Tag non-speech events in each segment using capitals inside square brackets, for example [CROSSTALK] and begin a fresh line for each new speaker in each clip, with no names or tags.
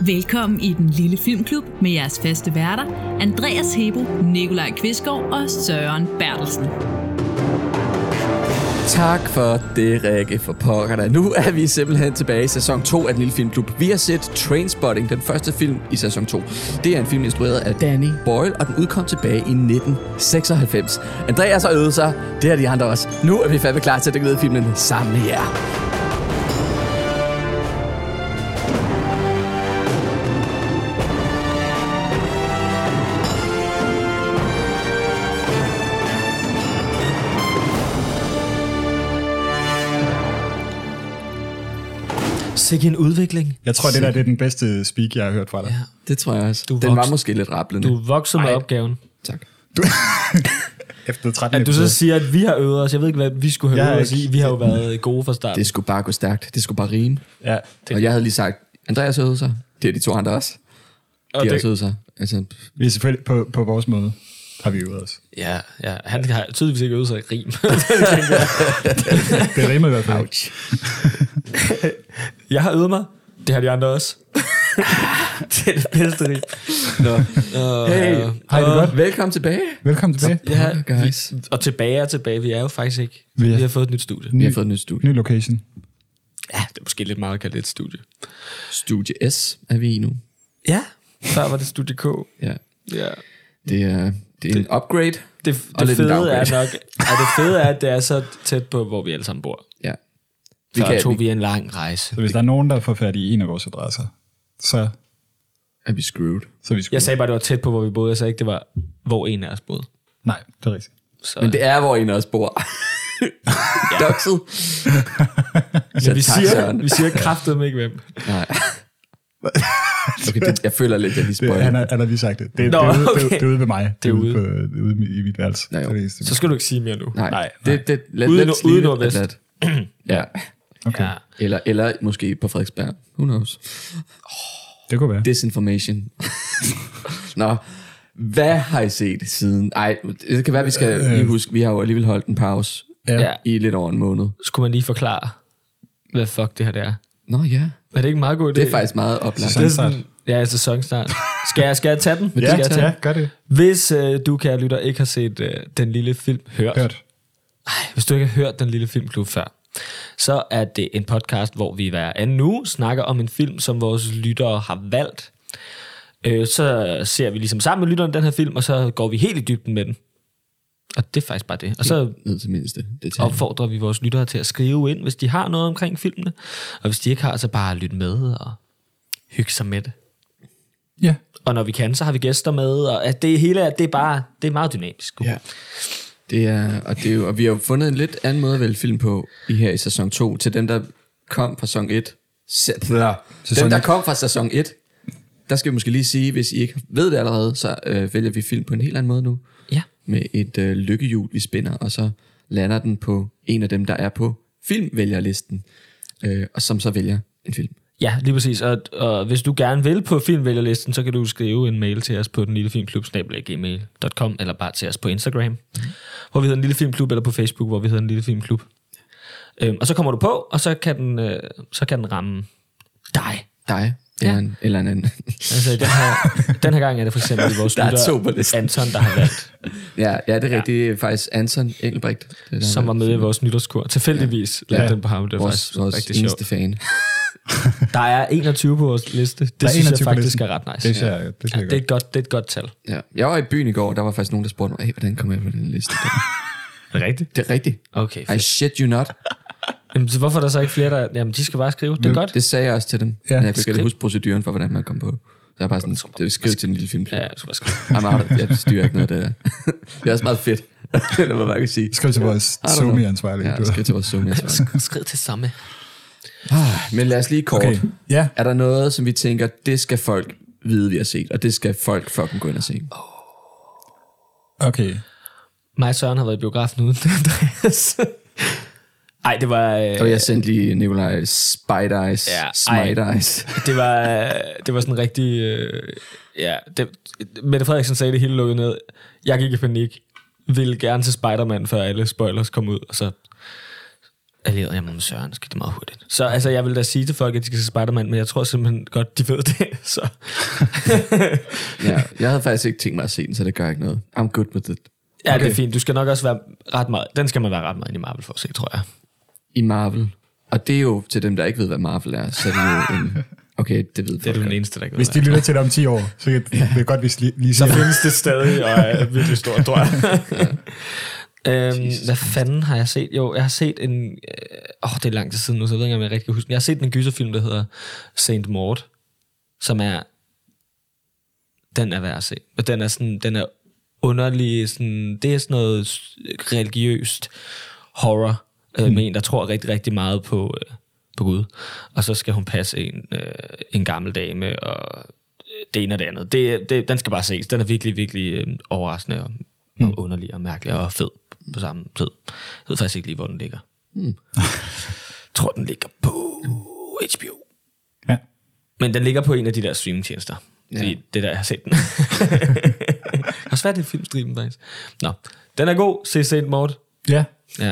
Velkommen i den lille filmklub med jeres faste værter, Andreas Hebo, Nikolaj Kvistgaard og Søren Bertelsen.
Tak for det, Rikke, for pokker da. Nu er vi simpelthen tilbage i sæson 2 af Den Lille Filmklub. Vi har set Trainspotting, den første film i sæson 2. Det er en film instrueret af Danny Boyle, og den udkom tilbage i 1996. Andreas har øvet sig, det har de andre også. Nu er vi fandme klar til at dykke ned i filmen sammen med jer.
Sikke en udvikling.
Jeg tror, det der det er den bedste speak, jeg har hørt fra dig. Ja.
Det tror jeg også.
Du
Du
er
den var
voksen.
måske lidt rapplende.
Du voksede med opgaven.
Tak.
Efter 13
At du så siger, at vi har øvet os. Jeg ved ikke, hvad vi skulle have
Jeg er
øvet os i.
ikke-
Vi har jo været gode fra starten.
Det skulle bare gå stærkt. Det skulle bare rime.
Ja.
Og jeg havde lige sagt, Andreas øvede sig. Det er de to andre også. De har
det-
også øvet sig. Altså,
Vi er selvfølgelig på, på vores måde, har vi øvet os.
Ja, ja. Han har tydeligvis ikke øvet sig i rim.
Det rimer i hvert fald. Ouch.
[LAUGHS] Jeg har øvet mig. Det har de andre også. [LAUGHS] det er det bedste rim.
nå. Hey,
Hej, det er godt.
øh, velkommen tilbage.
Velkommen tilbage.
Ja,
guys.
Vi, og tilbage og tilbage. Vi er jo faktisk ikke.
Vi
Vi,
er-
vi har fået et nyt studie.
Vi har fået et nyt studie.
Ny location.
Ja, det er måske lidt meget at kalde det et studie.
Studie S er vi i nu.
Ja. Før var det studie K.
Ja.
Ja.
Det er, det er en upgrade.
Det,
Og
det
lidt en
fede er
downgrade.
nok, og det fede er, at det er så tæt på, hvor vi alle sammen bor.
Ja. Vi
Vi Før
kan,
kan, tog
vi,
vi en lang rejse.
Så hvis der er nogen, der får fat i en af vores adresser, så,
er vi screwed.
så er vi skulle.
Jeg sagde bare, at det var tæt på, hvor vi boede. Jeg sagde ikke, det var, hvor en af os boede.
Nej, det er rigtigt.
Så,
Men det er, hvor en af os
[LAUGHS]
bor. Dokset. Så
men vi,
tak, Søren.
siger, vi siger kraftedeme ikke, hvem.
Nej. Okay, det, jeg føler lidt, at jeg lige
Det,
spoiler.
han, har, han har lige sagt det. Det,
Nå,
det, er ude, det,
okay.
er- det er ude ved mig. Det
er
På, det er ude i mit værelse.
Nej, jo.
det er det
Så
så,
skal du ikke sige mere nu.
Nej,
Nej,
Det, det, let,
Ude i
let's leave
nord- ude i
it
nordvest.
at that. ja.
okay.
Ja.
Eller, eller måske på Frederiksberg. Who knows?
Det kunne være. Det,
Disinformation. Nå, hvad har I set siden? Ej, det kan være, vi skal lige huske, vi har jo alligevel holdt en pause
Øh, ja.
Ja.
i lidt over en måned.
Skulle man lige forklare, hvad fuck det her det er?
Nå ja,
Er det ikke en meget god idé?
det er faktisk meget oplagt.
Det er
Sæsonstart.
sådan, ja, altså sæsonstart. Skal jeg, skal jeg tage den?
Ja,
skal jeg tage
ja,
den?
gør det.
Hvis øh, du, kære lytter, ikke har set øh, den lille film Hørt,
Hørt.
hvis du ikke har hørt Den Lille Filmklub før, så er det en podcast, hvor vi hver anden uge snakker om en film, som vores lyttere har valgt. Øh, så ser vi ligesom sammen med lytterne den her film, og så går vi helt i dybden med den. Og det er faktisk bare det. Og så
Ned til mindste detalje.
opfordrer vi vores lyttere til at skrive ind, hvis de har noget omkring filmene. Og hvis de ikke har, så bare lyt med og hygge sig med det.
Ja.
Og når vi kan, så har vi gæster med, og at det hele er, det er bare, det er meget dynamisk.
Ja. Det er, og, det er jo, og vi har jo fundet en lidt anden måde at vælge film på i her i sæson 2. Til dem, der kom fra sæson 1. Se- Dem,
Sæson
der
et.
kom fra sæson 1, der skal vi måske lige sige, hvis I ikke ved det allerede, så øh, vælger vi film på en helt anden måde nu.
Ja.
Med et øh, lykkehjul, vi spænder, og så lander den på en af dem, der er på filmvælgerlisten, øh, og som så vælger en film.
Ja, lige præcis. Og, og hvis du gerne vil på filmvælgerlisten, så kan du skrive en mail til os på den lille filmklub gmail.com eller bare til os på Instagram, mm. hvor vi hedder den lille filmklub, eller på Facebook, hvor vi hedder den lille filmklub. Øhm, og så kommer du på, og så kan den, øh, så kan den ramme dig.
Dig, eller,
Ja.
ja. en, eller en anden. [LAUGHS]
Altså i den her, den her gang er det for eksempel vores
Der er to på
lytter,
listen.
Anton, der har valgt,
ja, ja, det er rigtigt. Det er faktisk Anton Engelbrecht. det der
som var
med
med i vores nytårskur. Tilfældigvis ja. lavede
Ja.
den på ham, det var
vores,
faktisk
vores
rigtig sjovt.
eneste fan.
Der er 21 på vores liste. Det
er
synes
21
jeg
på
faktisk
listen.
er ret nice.
Det ser jeg- det ser
ja,
jeg
det, er et godt, det er et godt tal.
Ja. Jeg var i byen i går, og der var faktisk nogen, der spurgte mig, hey, hvordan kommer jeg på den liste? der?"
Rigtigt?
det er rigtigt.
Okay,
I
fedt.
shit you not.
Jamen, så hvorfor er der så ikke flere, der... Jamen, de skal bare skrive. Det er godt.
Det sagde jeg også til dem.
Ja.
Ja, men jeg kan ikke
Skriv.
huske proceduren for, hvordan man kom på. Så jeg bare sådan, det skriv til en lille film.
Ja,
Ja.
jeg skal bare skrive. [LAUGHS]
I'm out. Jeg styrer ikke noget af det der. det er [LAUGHS] også meget fedt. [LAUGHS] Eller hvad man kan sige.
Skriv til vores
I don't know.
Zomi-ansvarlige.
Ja, skriv til vores
[LAUGHS]
Zoom.
Skriv til samme.
Men lad os lige kort.
Okay.
Okay.
Ja.
Er der noget, som vi tænker, det skal folk vide, vi har set, og det skal folk fucking gå ind og se.
Okay.
Mig og Søren har været i biografen uden [LAUGHS] Andreas. Ej, det var... Øh,
Og jeg sendte lige Nikolaj Spider Eyes,
Ja, ej.
Smite Eyes.
det var, øh, det var sådan rigtig... Øh, ja, det, Mette Frederiksen sagde det hele lukket ned. Jeg gik i panik. Ville gerne til Spider-Man, før alle spoilers kom ud. Og så allieret jeg med Søren, så gik det meget hurtigt. Så altså, jeg vil da sige til folk, at de skal se Spider-Man, men jeg tror simpelthen godt, de ved det. [LAUGHS] Så.
ja, jeg havde faktisk ikke tænkt mig at se den, så det gør ikke noget. I'm good with it.
Ja, okay. det er fint. Du skal nok også være ret meget... Den skal man være ret meget ind i Marvel for at se, tror jeg.
I Marvel. Og det er jo til dem, der ikke ved, hvad Marvel er, så det er jo
[LAUGHS]
en... Okay, det ved
Det er du den eneste, der ikke ved,
Hvis de
hvad
lytter til det om 10 år, så kan det er godt, hvis lige,
det
lige
er.
siger
Så
det.
findes det stadig, og er virkelig stort, tror jeg. [LAUGHS] øhm, hvad fanden har jeg set? Jo, jeg har set en... Åh, øh, oh, det er lang tid siden nu, så jeg ved ikke, om jeg rigtig kan huske den. Jeg har set en gyserfilm, der hedder Saint Maud, som er... Den er værd at se. Og den er sådan... Den er underlig... Sådan, det er sådan noget s- religiøst horror øh, med en, der tror rigtig, rigtig meget på, øh, på Gud. Og så skal hun passe en, øh, en gammel dame, og det ene og det andet. Det, det, den skal bare ses. Den er virkelig, virkelig øh, overraskende og, mm. og underlig og mærkelig og fed på samme tid. Jeg ved faktisk ikke lige, hvor den ligger. Mm. jeg [LAUGHS] tror, den ligger på HBO.
Ja.
Men den ligger på en af de der streamingtjenester. Ja. Fordi det er der, jeg har [LAUGHS] set den. og svært det er filmstriben, faktisk. Nå, den er god. Se Saint Maud.
ja,
Ja.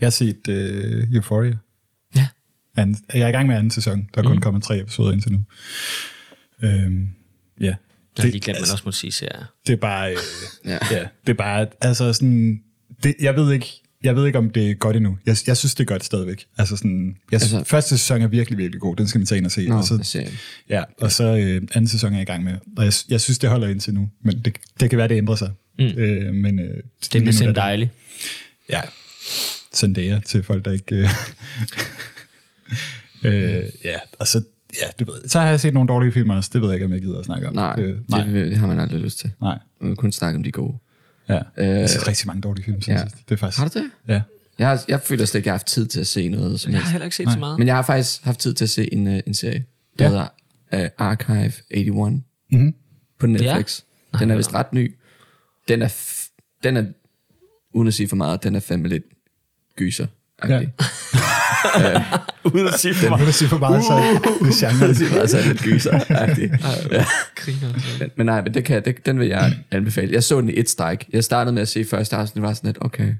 jeg har set uh, Euphoria.
Ja.
Anden, jeg er i gang med anden sæson. Der er kun mm. kommet tre episoder indtil nu. Øhm, ja. altså,
Jeg har lige glemt, at man også må sige serier.
det er
[LAUGHS]
bare... Øh,
Ja.
ja. ja. Det er bare... Altså sådan... Det, jeg ved ikke... Jeg ved ikke, om det er godt endnu. Jeg, jeg synes, det er godt stadigvæk. Altså sådan, jeg,
Altså-
altså, første sæson er virkelig, virkelig god. Den skal man tage ind og se.
Nå,
og
så...
så, ja, og så øh, anden sæson er jeg i gang med. Og jeg, jeg synes, det holder indtil nu. Men det, det kan være, det ændrer sig. Mm. Øh, men, øh,
Det er sådan
dig.
dejligt.
Ja. Zendaya til folk, der ikke... Øh, øh, [LAUGHS] ja, og så... Ja, det ved jeg. Så har jeg set nogle dårlige film også. Det ved jeg ikke, om jeg gider at snakke om.
Nej,
øh,
det,
nej,
det, det, har man aldrig lyst til.
nej.
Man kan kun snakke om de gode.
Ja. Øh, jeg har set rigtig mange dårlige film siden
ja.
ja. sidst. Det er faktisk...
Har du det?
Ja.
Jeg, har, jeg føler slet ikke, at jeg har haft tid til at se noget som
Jeg
helst.
har heller ikke set så meget.
Men jeg har faktisk haft tid til at se en, øh, en serie, der
Ja.
hedder øh, Archive 81 mm-hmm. på Netflix. Ja. Den er vist ret ny. Den er, f- den er, uden at sige for meget, den er fandme lidt gyser. Ja.
Ja.
Det [LAUGHS]
Uden at sige for
Nu
meget.
vil du sige for meget, så
Uh!
det er
[LAUGHS]
genre.
er altså lidt gyser. Ja.
Griner.
Men, men nej, men det kan, det, den vil jeg anbefale. Jeg så den i et stræk. Jeg startede med at se første afsnit, og var sådan lidt, okay.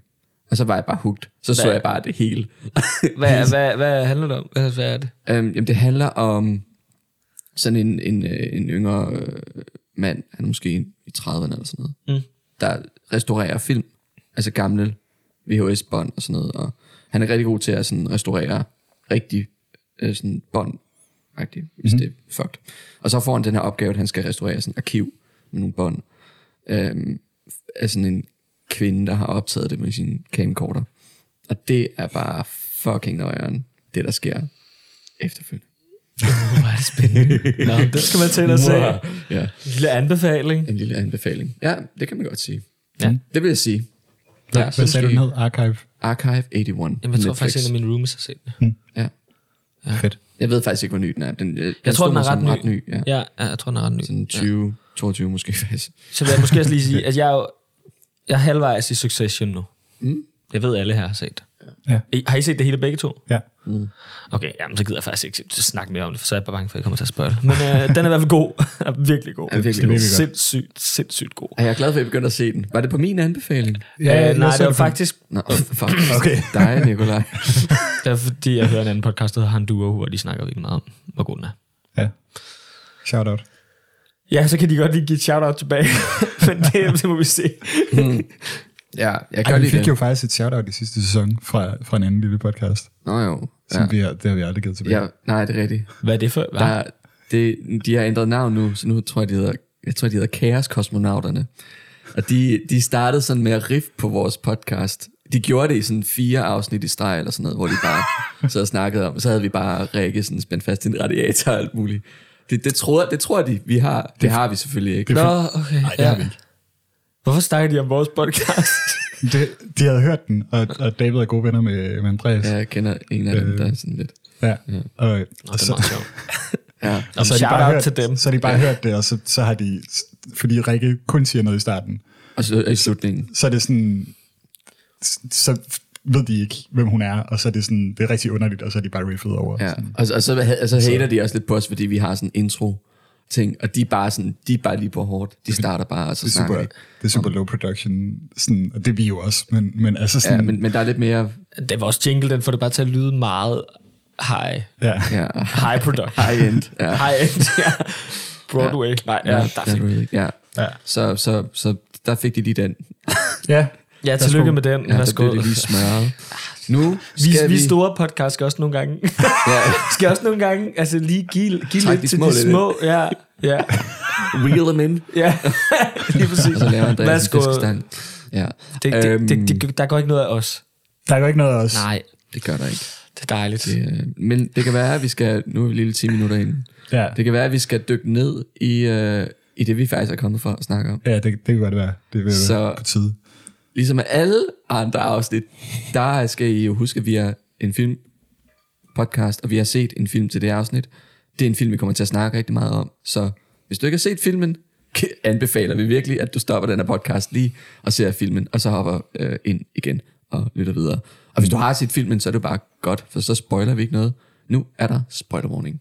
Og så var jeg bare hooked. Så så
Hvad?
jeg bare det hele.
Hvad, hvad, hvad handler det om? Hvad, hvad er det?
Øhm, jamen, det handler om sådan en, en, øh, en yngre øh, mand, han er måske i 30'erne eller sådan noget, mm. der restaurerer film, altså gamle VHS-bånd og sådan noget, og han er rigtig god til at sådan restaurere rigtig øh, sådan bånd, hvis mm. det er fucked. Og så får han den her opgave, at han skal restaurere sådan et arkiv med nogle bånd, øhm, af sådan en kvinde, der har optaget det med sin camcorder. Og det er bare fucking nøjeren, det der sker efterfølgende.
Hvor er det [LAUGHS] spændende. Nå, det skal man til at se.
Ja,
En lille anbefaling.
en lille anbefaling. Ja, det kan man godt sige.
Ja.
Det vil jeg sige.
Hvad, hvad sagde du
måske-
ned? Archive.
Archive 81.
Jamen, jeg tror
Netflix.
faktisk, en af mine roomies har set det.
Ja.
Ja. Fedt.
Jeg ved faktisk ikke, hvor ny den er. Den, den
Jeg tror,
stod
den er
som
ret ny.
ret ny ja. ja.
Ja, ja jeg tror, den er ret ny.
Sådan 20, ja. 22 måske [LAUGHS] faktisk.
Så vil jeg måske også lige [LAUGHS] sige, at jeg er, jo, jeg er halvvejs i Succession nu. Jeg ved, alle her har set det.
Ja.
I- Har I set det hele begge to?
Ja.
Okay, jamen, så gider jeg faktisk ikke s- snakke mere om det, for så er jeg bare bange for, at jeg kommer til at spørge det. Men [LAUGHS] øh, den er i hvert fald god. er virkelig god.
Er virkelig god.
Sindssygt, sindssygt god.
Er jeg glad for, at jeg begyndte at se den? Var det på min anbefaling?
Ja,
Ja,
jeg
øh, nej,
så
det var
det på-
faktisk
Nå, oh, fuck.
Okay.
Dig, Nikolaj.
det er, fordi, jeg hører en anden podcast, der hedder Han Duo, hvor de snakker virkelig meget om, hvor god den er.
Ja. Shout out.
Ja, så kan de godt lige give et shout-out [LAUGHS] tilbage. Men det, det må vi se.
Ja, jeg
Ej,
gør
vi
lige
fik
det.
jo faktisk et shout out i sidste sæson fra, fra en anden lille podcast.
Nå jo.
Som
Ja.
vi har, det har vi aldrig givet tilbage.
ja. Nej, det er rigtigt.
Hvad er det for? Hvad?
Der,
Ah.
er- det, de har ændret navn nu, så nu tror jeg, de hedder, jeg tror, de hedder Kaoskosmonauterne. Og de, de startede sådan med at riff på vores podcast. De gjorde det i sådan fire afsnit i streg eller sådan noget, hvor de
[LAUGHS]
bare sad og snakkede om, så havde vi bare Rikke sådan spændt fast i en radiator og alt muligt. Det, det, tror, det tror de, vi har. Det har vi selvfølgelig ikke.
Nå, okay. Nej,
det har vi
Hvorfor snakker de om vores podcast?
Det, de havde hørt den, og, og David er gode venner med, med Andreas.
Ja, Mm.
Ja.
jeg kender en af
Øh.
dem, der er sådan lidt.
ja. Og, og,
det
så,
er meget
[LAUGHS]
sjovt.
Ja,
og så, har de
shout
bare
out
hørt,
til dem.
så har de bare hørt det, og så, så har de... Fordi Rikke kun siger noget i starten.
og så i slutningen.
så er det sådan, s- så ved de ikke, hvem hun er, og så er det sådan, det er rigtig underligt, og så er de bare riffet over.
Ja,
Sådan.
og, så- og så, og så hater de også lidt på os, fordi vi har sådan en intro, ting, og de er bare sådan, de er bare lige på hårdt. De starter bare, og så
Det er super,
snakker de.
det er super low production, sådan, og det er vi jo også, men, men altså sådan...
Ja, men, men der er lidt mere...
Det var også jingle, den får det bare til at lyde meget high.
ja.
Ja,
High product.
high-end. Ja.
high end, ja. Broadway. Ja. Nej, ja, der fik.
Broadway, ja.
Ja.
Så, så, så der fik de lige den.
ja.
ja tillykke med den.
Ja, der
Værsgo.
blev de lige smørret. Nu
Vi,
skal
vi,
vi...
store podcast skal også nogle gange, [LAUGHS]
Ja,
skal også nogle gange altså lige give, give
Træk
lidt
de
til
små
de
lidt
små. Ja, ja,
reel them in. [LAUGHS]
ja. lige præcis.
Og så laver Andreas en
Værsgo.
fiskestang. Ja. Øhm,
Det, det, det, det, der går ikke noget af os.
Der er jo ikke noget af os.
Nej,
det gør der ikke.
det er dejligt.
Det, øh, men det kan være, at vi skal... Nu er vi lige lidt 10 minutter inde.
Ja,
Det kan være, at vi skal dykke ned i, øh, i det, vi faktisk er kommet for at snakke om.
ja det, det kan godt være. Det vil
Så-
være på tide.
Ligesom med alle andre afsnit, der skal I jo huske, at vi er en film podcast, og vi har set en film til det afsnit. Det er en film, vi kommer til at snakke rigtig meget om. Så hvis du ikke har set filmen, [LAUGHS] anbefaler vi virkelig, at du stopper den her podcast lige og ser filmen, og så hopper øh, ind igen og lytter videre. Og hvis du har set filmen, så er det bare godt, for så spoiler vi ikke noget. Nu er der spoiler warning.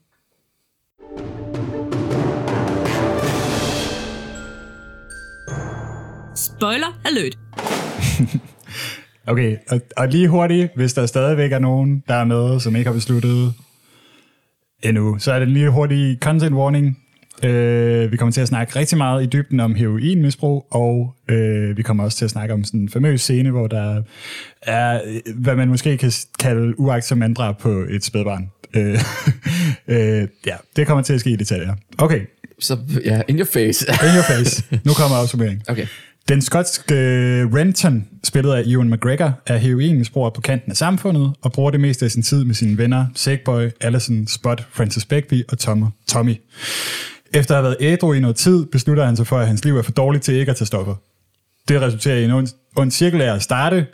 Spoiler alert!
Okay, og, og lige hurtigt, hvis der stadigvæk er nogen, der er med, som ikke har besluttet endnu, så er det en lige hurtig content warning. Øh, vi kommer til at snakke rigtig meget i dybden om heroinmisbrug, og øh, vi kommer også til at snakke om sådan en famøs scene, hvor der er, øh, hvad man måske kan s- kalde uagtsom manddrab på et spædbarn. Øh, [LAUGHS] øh, ja, det kommer til at ske i detaljer. Okay,
Så ja, in your
[LAUGHS]
face.
in your face. Nu kommer opsummeringen.
Okay.
Den skotske øh, Renton, spillet af Ewan McGregor, er heroinmisbruger på kanten af samfundet og bruger det meste af sin tid med sine venner, Sackboy, Allison, Spot, Francis Begbie og Tom- Tommy. Efter at have været ædru i noget tid, beslutter han sig for, at hans liv er for dårligt til ikke at tage stoffer. Det resulterer i en ond, ond cirkel af at starte,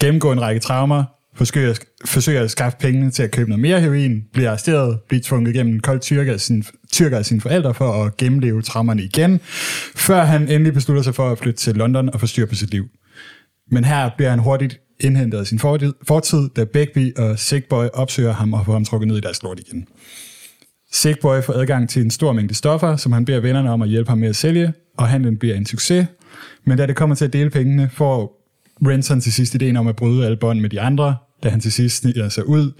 gennemgå en række traumer, forsøge at, forsøge at skaffe pengene til at købe noget mere heroin, blive arresteret, blive tvunget gennem en kold tyrker af, sin, tyrker af sine forældre for at gennemleve traumerne igen, før han endelig beslutter sig for at flytte til London og få styr på sit liv. Men her bliver han hurtigt indhentet af sin fortid, fortid da Begbie og Sickboy opsøger ham og får ham trukket ned i deres lort igen. Sickboy får adgang til en stor mængde stoffer, som han beder vennerne om at hjælpe ham med at sælge, og handlen bliver en succes. Men da det kommer til at dele pengene, får Renson til sidst ideen om at bryde alle bånd med de andre, da han til sidst sniger sig ud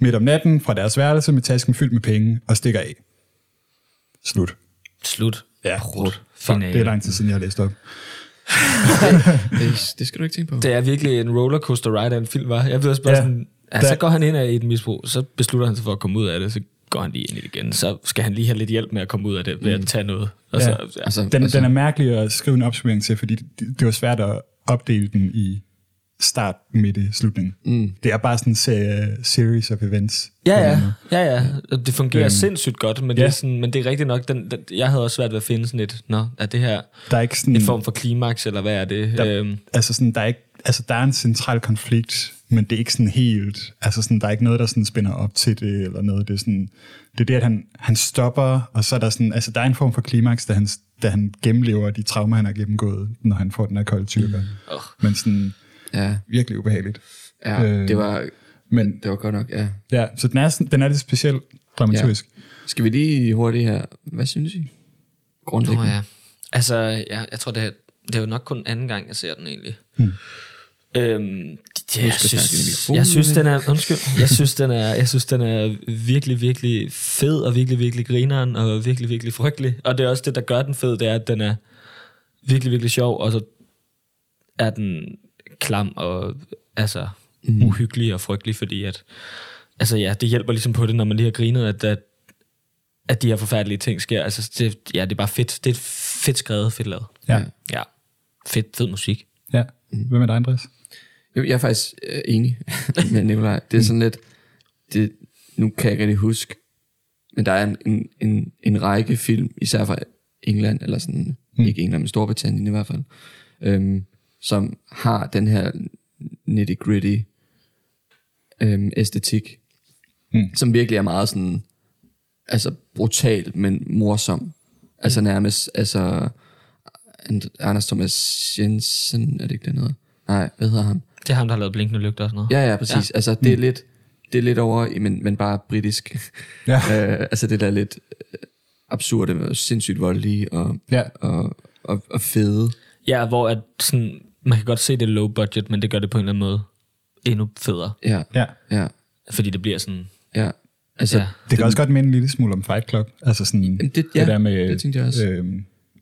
midt om natten fra deres værelse med tasken fyldt med penge og stikker af. Slut.
Slut.
Ja,
Rut.
det er
Finale. Mm.
lang tid siden, jeg har læst op.
Det, det skal du ikke tænke på.
Det er virkelig en rollercoaster ride af en film, var. Jeg ved også bare ja.
Ja.
sådan, altså,
Der-
så går han ind af et misbrug, så beslutter han sig for at komme ud af det, så går han lige ind i det igen, så skal han lige have lidt hjælp med at komme ud af det, ved at tage noget. Og
Mm. Ja.
så, ja.
Altså,
Den,
altså,
den er mærkelig at skrive en opsummering til, fordi det, det var svært at opdele den i start, midte, slutning. Mm. Det er bare sådan en serie, series of events.
Ja, ja, ja, ja. Og Det fungerer øhm, sindssygt godt, men, ja. det
ja.
er sådan, men det er rigtigt nok, den, den, jeg havde også svært ved at finde sådan et, nå, er det her
Der er ikke sådan...
en form for klimaks, eller hvad er det?
Der,
øhm,
altså sådan, der, er ikke, altså der er en central konflikt, men det er ikke sådan helt... Altså sådan, der er ikke noget, der sådan spænder op til det, eller noget. Det er, sådan, det, er det, at han, han stopper, og så er der sådan... Altså der er en form for klimaks, da han, da han gennemlever de traumer, han har gennemgået, når han får den her kolde tyrker. Mm. Men sådan
ja,
virkelig ubehageligt.
ja øh,
Øh,
det, var,
Men
det var godt nok, ja.
ja, så den er, sådan, den er lidt speciel dramaturgisk.
Skal vi lige hurtigt her? Hvad synes I?
Nå
Grundlæggende.
ja. Altså, jeg, jeg tror, det er, det er jo nok kun anden gang, jeg ser den egentlig. Hmm. Øhm, det- jeg,
skal snakke i
synes,
mikrofonen,
jeg synes, den er, undskyld, jeg synes, den er, jeg synes, den er virkelig, virkelig fed, og virkelig, virkelig grineren, og virkelig, virkelig frygtelig. Og det er også det, der gør den fed, det er, at den er virkelig, virkelig sjov, og så er den klam og altså mm. uhyggelig og frygtelig, fordi at, altså ja, det hjælper ligesom på det, når man lige har grinet, at, at, at de her forfærdelige ting sker. Altså, det, ja, det er bare fedt. Det er fedt skrevet, fedt lavet.
Ja.
Ja. Fed, fed musik.
ja. Hvad med dig, Andreas?
Jo, Jeg er faktisk øh, enig [LAUGHS] med Nikolaj. Det er sådan lidt, det, nu kan jeg ikke rigtig huske, men der er en, en, en, en række film, især fra England, eller sådan, mm. ikke England, men Storbritannien i hvert fald, øhm, som har den her nitty gritty øhm, æstetik, mm. som virkelig er meget sådan, altså brutal, men morsom. Altså nærmest, altså And- Anders Thomas Jensen, er det ikke det noget? Nej, hvad hedder han?
Det er ham, der har lavet blinkende lygter og sådan noget.
Ja, ja, præcis. Ja. Altså, det
Mm.
er [LAUGHS] lidt, det er lidt over, i- men, men bare britisk.
Ja.
øh, altså, det der lidt øh, absurde og sindssygt voldelige og,
Ja.
og, og, og fede.
Ja, hvor at sådan, man kan godt se det er low budget, men det gør det på en eller anden måde endnu federe.
Ja,
Ja.
ja,
Fordi det bliver sådan...
ja. Altså,
Ja.
ja.
Det kan også godt minde en lille smule om Fight Club. Altså sådan
det- ja,
det der med
det tænkte jeg også.
Øh,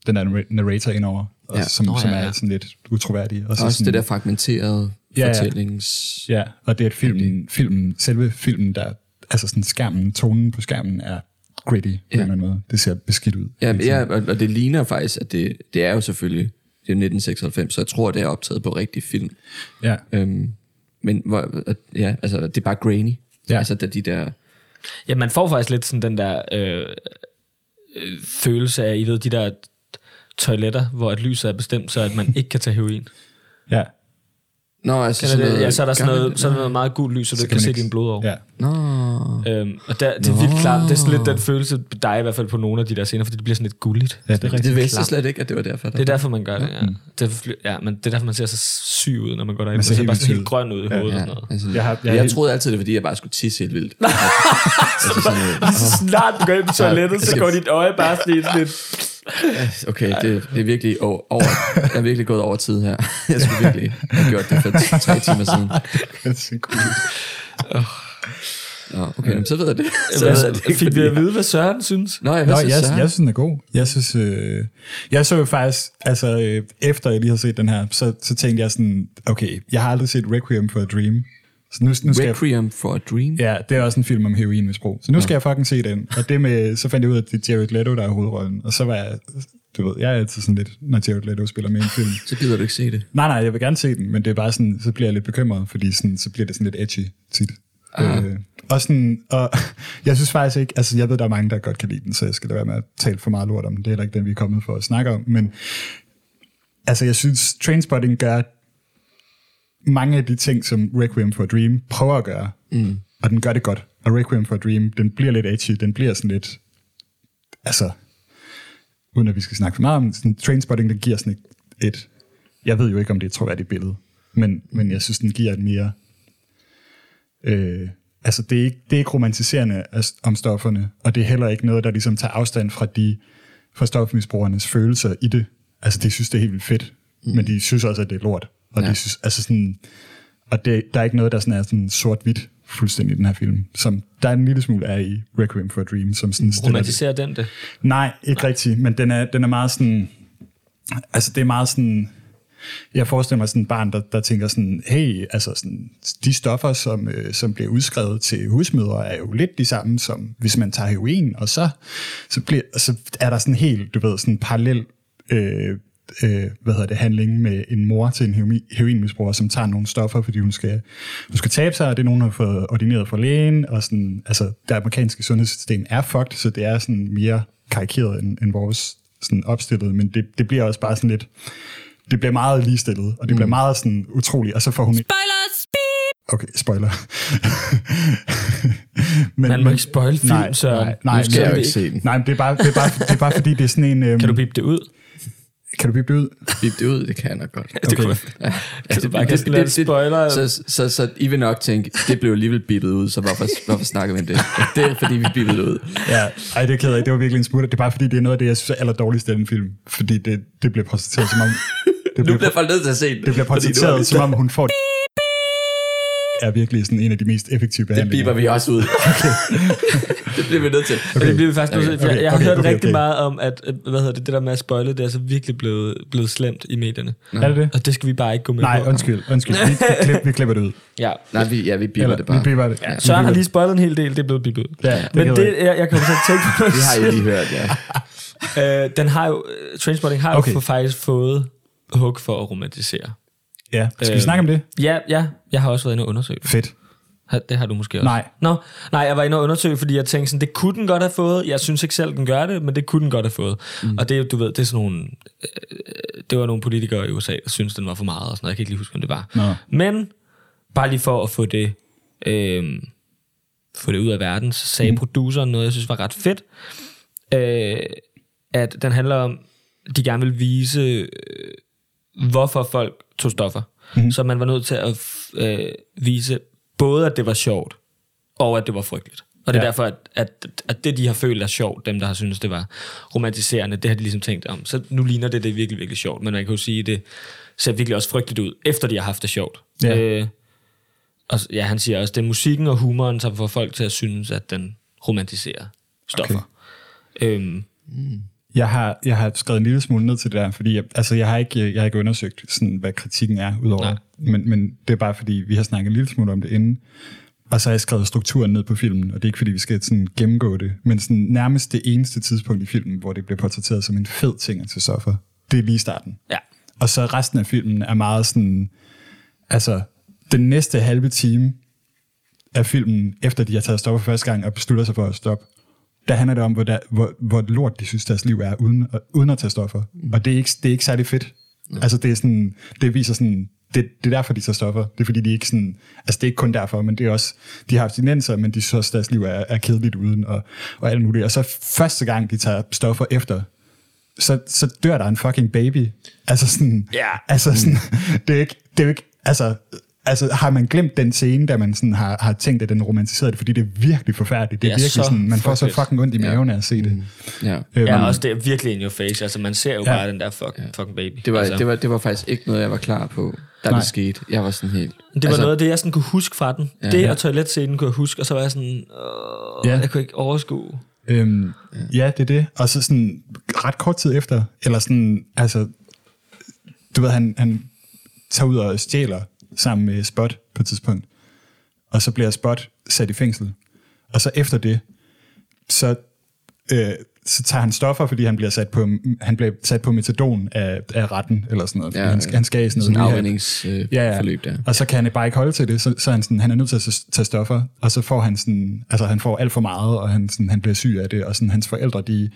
den der narr- narrator indover, og
Ja.
som,
Nå,
som
ja,
er
ja.
sådan lidt utroværdig. Og så
også
sådan,
det der fragmenterede
Ja,
ja,
ja.
fortællings...
Ja, og det er et film, filmen, selve filmen, der, altså sådan skærmen, tonen på skærmen er gritty på en
Ja.
eller anden måde. Det ser beskidt ud.
Ja,
hele tiden.
ja og, og det ligner faktisk, at det, det er jo selvfølgelig det er 1996, så jeg tror, det er optaget på rigtig film.
ja.
Øhm, men hvor, at- ja, altså, det er bare grainy.
Ja.
Ja. Altså, da de der...
Ja, man får faktisk lidt sådan den der øh, øh, følelse af, I ved, de der toiletter, hvor at lyset er bestemt, så at man ikke kan tage [LAUGHS] heroin.
ja.
Nå, altså
Kender det? Ja, så er der sådan
gammelt-
noget, så er der noget meget gult lys, så du ikke
man
kan se
ikke-
dine blodår.
Ja. [LAUGHS]
Nå,
Øhm, og der, det er vildt klart. Det er sådan lidt den følelse, der er i hvert fald på nogle af de der scener, fordi det bliver sådan lidt gulligt.
ja, det er rigtigt.
det vidste jeg slet ikke, at det var derfor. Der.
Det er derfor, man gør det, ja. Det er, fly- ja, men det er derfor, man ser så syg ud, når man går derind. Man
ser
ser,
helt
bare sådan
vildt
helt
ud.
grøn ud i hovedet ja. og sådan noget.
altså,
Jeg
jeg,
har-
har,
jeg
jeg,
er
jeg
helt-
troede altid, det var, fordi jeg bare skulle tisse helt vildt. altså, sådan, noget.
Så snart du går ind på toilettet, så går dit øje bare sådan lidt...
okay, det, det er virkelig over, over, jeg er virkelig gået over tid her. [LAUGHS] Jeg skulle virkelig have gjort det for t- tre timer siden.
Det ser cool ud.
Nå, okay, jamen, så ved jeg det. Så ved jeg det
Så
ikke,
fik vi
fordi-
at vide, hvad Søren synes?
Nå, jeg,
Nå,
Nå,
jeg,
så,
jeg synes, den er god. Jeg synes, øh, jeg så jo faktisk, altså øh, efter jeg lige har set den her, så, så tænkte jeg sådan, okay, jeg har aldrig set Requiem for a Dream. Så nu, nu skal jeg,
Requiem for a Dream.
Ja, det er også en film om heroinmisbrug. Så nu skal jeg fucking se den. Og det med, så fandt jeg ud af, at det er Jared Leto, der er hovedrollen. Og så var jeg, du ved, jeg er altid sådan lidt, når Jared Leto spiller med i en film.
Så gider du ikke se det.
Nej, nej, jeg vil gerne se den, men det er bare sådan, så bliver jeg lidt bekymret, fordi sådan, så bliver det sådan lidt edgy tit. Øh, og sådan, og [LAUGHS] jeg synes faktisk ikke, altså jeg ved, der er mange, der godt kan lide den, så jeg skal lade være med at tale for meget lort om den. Det er heller ikke den, vi er kommet for at snakke om, men altså jeg synes, Trainspotting gør mange af de ting, som Requiem for a Dream prøver at gøre, mm. og den gør det godt. Og Requiem for a Dream, den bliver lidt edgy, den bliver sådan lidt, altså, uden at vi skal snakke for meget om det, sådan, Trainspotting, den giver sådan et, et, jeg ved jo ikke, om det er et troværdigt billede, men, men jeg synes, den giver et mere, øh, altså det er, ikke, det er ikke romantiserende af- om stofferne, og det er heller ikke noget, der ligesom tager afstand fra de, fra stofmisbrugernes følelser i det. Altså de synes, det er helt vildt fedt, mm. men de synes også, at det er lort. Og, ja. de synes, altså sådan, og det, der er ikke noget, der sådan er sådan sort-hvidt fuldstændig i den her film, som der er en lille smule af i Requiem for a Dream, som sådan stiller det-
Romantiserer den det?
Nej, ikke rigtigt, men den er, den er meget sådan... Altså, det er meget sådan... Jeg forestiller mig sådan et barn, der, der tænker sådan, hey, altså sådan, de stoffer, som, øh, som bliver udskrevet til husmødre, er jo lidt de samme, som hvis man tager heroin, og så, så, bliver, så er der sådan helt, du ved, sådan en parallel øh, øh, hvad hedder det, handling med en mor til en heroin- heroinmisbruger, som tager nogle stoffer, fordi hun skal, hun skal tabe sig, og det er nogen, der har fået ordineret fra lægen, og sådan, altså, det amerikanske sundhedssystem er fucked, så det er sådan mere karikeret end, end vores sådan opstillet, men det, det bliver også bare sådan lidt, det bliver meget ligestillet, og det bliver meget sådan utroligt, og så får hun...
Spoilers! Beep!
Okay, spoiler. [LAUGHS] men,
Man må ikke spoil film,
nej,
Søren.
Nej, nej,
Nu skal
men-
jeg jo
det
ikke se den.
Nej, men det er bare, det er bare, det er bare fordi, det er sådan en... Øhm,
Kan du bippe det ud?
kan du blive det ud?
Bip det ud, det kan jeg nok godt.
Det kunne
Ja,
du bare kaste lidt spoiler?
Så, så, så I vil nok tænke, det blev alligevel bippet ud, så hvorfor, hvorfor snakker vi om det? Det er fordi, vi bippede det ud.
Ja, ej, det er ked af. Det var virkelig en smutter. Det er bare fordi, det er noget af det, jeg synes er allerdårligst i den film. Fordi det, det bliver præsenteret som om... Det
Nu
bliver,
bliver folk nødt til at se det.
det bliver
fordi nu har vi-
præsenteret som om, hun får... Er virkelig sådan en af de mest effektive
Det
behandlinger.
bipper vi også
[LAUGHS]
ud. [LAUGHS] det bliver vi nødt til.
Okay. Det bliver vi faktisk okay. Okay. Jeg, jeg har
okay,
hørt
okay,
rigtig
okay.
meget om, at øh, hvad hedder det, det der med at spoile, det er så virkelig blevet, blevet slemt i medierne.
Er det det?
Og det skal vi bare ikke gå med
Nej,
på.
undskyld. undskyld. Vi, vi, klip, vi klipper det ud.
Ja.
Nej, vi, ja, vi bipper
Eller,
det
vi
bare.
biber det. Ja,
Søren har lige spoilet en hel del, det er blevet bippet ud.
Ja, det
Men
kan
det,
jeg
jeg, jeg kommer til at tænke på
Det har I
noget
lige hørt, [LAUGHS] ja.
øh, Den har jo, øh, Trainspotting har okay.
Okay.
jo faktisk fået hug for at romantisere.
Ja, skal vi
Øh,
snakke om det?
Ja, ja, jeg har også været inde og undersøge. det.
Fedt.
Har- Det har du måske også.
Nej.
Nå, nej, jeg var inde og undersøge, fordi jeg tænkte sådan, det kunne den godt have fået. Jeg synes ikke selv, den gør det, men det kunne den godt have fået. Mm. Og det, er jo- du ved, det er sådan nogle... Øh, det var nogle politikere i USA, der syntes, den var for meget og sådan noget. Jeg kan ikke lige huske, hvem det var.
Nå.
Men bare lige for at få det... Øh, få det ud af verden, så sagde mm. produceren noget, jeg synes var ret fedt. Øh, at den handler om, de gerne vil vise, øh, hvorfor folk tog stoffer.
Mhm.
Mm. Så man var nødt til at øh, vise både, at det var sjovt, og at det var frygteligt. Og Og det er
Ja.
ja. derfor, at, at, at det, de har følt er sjovt, dem, der har syntes, det var romantiserende, det har de ligesom tænkt om. Så nu ligner det, det er virkelig, virkelig sjovt. Men man kan jo sige, at det ser virkelig også frygteligt ud, efter de har haft det sjovt.
Ja.
Øh, og s- ja, han siger også, det er musikken og humoren, som får folk til at synes, at den romantiserer stoffer. Okay. Øhm,
Jeg har, jeg har skrevet en lille smule ned til det der, fordi jeg, altså jeg, har ikke, jeg har ikke undersøgt, sådan, hvad kritikken er, udover,
Nej.
men, men det er bare fordi, vi har snakket en lille smule om det inden, og så har jeg skrevet strukturen ned på filmen, og det er ikke fordi, vi skal sådan gennemgå det, men sådan nærmest det eneste tidspunkt i filmen, hvor det bliver portrætteret som en fed ting til Soffer, det er lige i starten.
ja.
Og så resten af filmen er meget sådan, altså den næste halve time af filmen, efter de har taget stopper første gang og beslutter sig for at stoppe, der handler det om, hvor, der, hvor, hvor lort de synes, deres liv er, uden, at- uden at tage stoffer. Mm. Og det er, ikke, det er ikke særlig fedt. Altså det er sådan, det viser sådan, det, det er derfor, de tager stoffer. Det er fordi, de ikke sådan, altså det er ikke kun derfor, men det er også, de har abstinenser, men de synes også, deres liv er, er kedeligt uden, og, og alt muligt. Og så første gang, de tager stoffer efter, så, så dør der en fucking baby. Altså sådan,
Ja. Mm.
altså sådan, [LAUGHS] det er jo ikke, det er jo ikke, altså, altså har man glemt den scene, da man sådan har, har tænkt, at den romantiserede det, fordi det er virkelig forfærdeligt. Det
Det
er,
er
virkelig
så
sådan, man får så
frygteligt. Mm.
fucking ondt i maven af at se det.
Ja.
Øhm,
ja, også det er virkelig in your face. Altså, man ser jo
Ja.
ja. bare den der fuck, fucking baby.
Det var,
altså.
det, var, det var faktisk ikke noget, jeg var klar på, da
Nej.
det skete. Jeg var sådan helt...
Det var altså, noget af det, jeg sådan kunne huske fra den. Ja, det og toiletscenen kunne jeg huske, og så var jeg sådan, øh,
Ja.
ja. jeg kunne ikke overskue.
Øhm, ja, det er det. Og så sådan ret kort tid efter, eller sådan, altså, du ved, han, han tager ud og stjæler sammen med Spot på et tidspunkt. Og så bliver Spot sat i fængsel. Og så efter det, så, øh, så tager han stoffer, fordi han bliver sat på, han bliver sat på metadon af, af retten, eller sådan noget. Ja,
Ja,
han, han skal i sådan noget
sådan en
rehab.
afvendingsforløb øh, forløb der.
Og så kan han bare ikke holde til det, så, så er han, sådan, han er nødt til at s- tage stoffer, og så får han sådan, altså han får alt for meget, og han, sådan, han bliver syg af det, og sådan, hans forældre, de,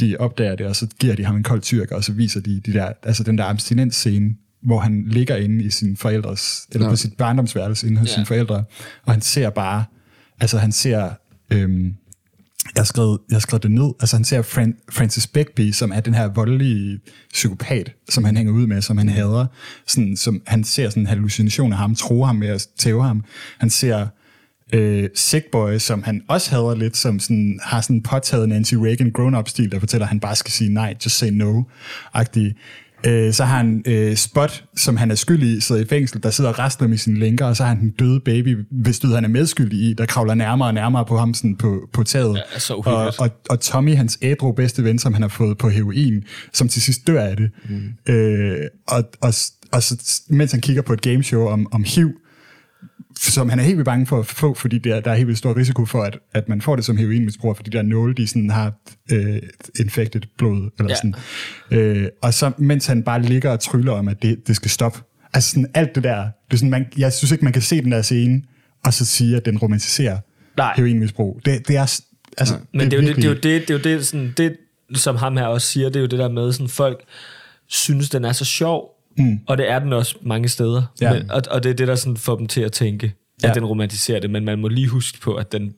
de opdager det, og så giver de ham en kold tyrk, og så viser de, de der, altså den der abstinensscene, hvor han ligger inde i sin forældres, eller på sit barndomsværelse inde hos ja. sine forældre, og han ser bare, altså han ser, øhm, jeg har skrevet, jeg har skrevet det ned. Altså han ser Fran- Francis Begbie, som er den her voldelige psykopat, som han hænger ud med, som han hader. Sådan, som han ser sådan en hallucination af ham, tror ham med at tæve ham. Han ser øh, Sick Boy, som han også hader lidt, som sådan, har sådan påtaget en Nancy Reagan grown-up-stil, der fortæller, at han bare skal sige nej, just say no-agtig. Øh, så har han øh, Spot, som han er skyldig i, sidder i fængsel, der sidder og rasler med sine lænker, og så har han den døde baby, hvis du ved, han er medskyldig i, der kravler nærmere og nærmere på ham sådan på, på taget.
Ja, så
og,
uhyggeligt.
og, og Tommy, hans ædru bedste ven, som han har fået på heroin, som til sidst dør af det. Mm. Øh, og, og, og så, mens han kigger på et gameshow om, om HIV, som han er helt vildt bange for at få, fordi der, der er helt vildt stor risiko for, at, at man får det som heroinmisbruger, fordi der nåle, de sådan har øh, infected blod, eller ja.
Ja.
sådan. Øh, og så, mens han bare ligger og tryller om, at det, det skal stoppe. Altså sådan alt det der, det er sådan, man, jeg synes ikke, man kan se den der scene, og så sige, at den romantiserer
Nej.
heroinmisbrug. Det, det er, s- altså,
Men det, er jo det, det, er jo
virkelig-
det, det, er jo det, sådan, det, som ham her også siger, det er jo det der med, sådan folk synes, den er så sjov, mm. og det er den også mange steder.
Ja.
Men, og, og det er det, der sådan får dem til at tænke, at
Ja.
den romantiserer det, men man må lige huske på, at den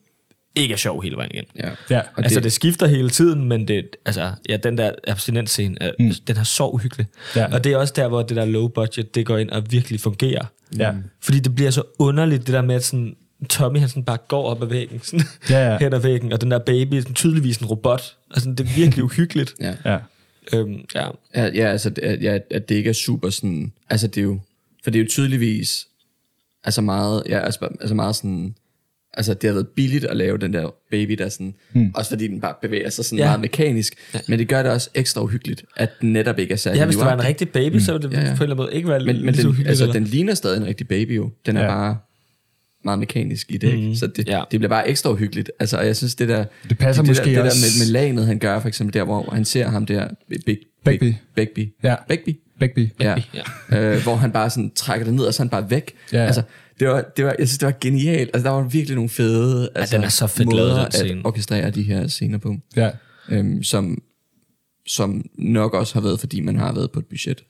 ikke er sjov hele vejen igen.
Ja.
Ja,
Og
altså, det... skifter hele tiden, men det, altså, ja, den der abstinensscene, er, mm. den er så uhyggelig.
Ja.
Ja. Og det er også der, hvor det der low budget, det går ind og virkelig fungerer.
Ja.
Fordi det bliver så underligt, det der med, at sådan, Tommy han sådan bare går op ad væggen, sådan,
Ja, ja.
[LAUGHS] hen ad væggen, og den der baby er sådan, tydeligvis en robot. Altså, det er
[LAUGHS]
virkelig uhyggeligt.
Ja.
Ja.
Øhm, ja.
Ja, ja altså, det- at, ja, at det ikke er super sådan... Altså, det er jo... For det er jo tydeligvis... Altså meget... Ja, altså, altså meget sådan... Altså, det har været billigt at lave den der baby, der sådan... Mm. Også fordi den bare bevæger sig sådan ja.
Hmm. Ja.
meget mekanisk. Ja. Men det gør det også ekstra uhyggeligt, at den netop ikke er særlig
ja, hvis det var en
livagtig.
rigtig baby, så ville det
Mm. Ja,
ja,
ja.
ja. på en eller anden måde ikke være
Men, men
lige så
den,
uhyggeligt.
altså,
eller?
den ligner stadig en rigtig baby jo. Den er
Ja.
ja. bare meget mekanisk i det, ikke? Så det,
Hmm. Ja.
det bliver bare ekstra uhyggeligt. Altså, og jeg synes, det der...
Det passer
det
måske
der,
også-
Det der med, med lagenet, han gør, for eksempel der, hvor han ser ham der... Big, big,
Begbie.
Begbie.
Ja.
Begbie.
Begbie.
Ja. øh, hvor han bare sådan trækker det ned, og så er han bare væk.
Ja, ja.
Altså, det var, det var, jeg synes, det var genialt. Altså, der var virkelig nogle fede altså,
den er så fedt
måder
lavet, den
at
scene.
orkestrere de her scener på,
Ja.
øhm, som, som nok også har været, fordi man har været på et budget.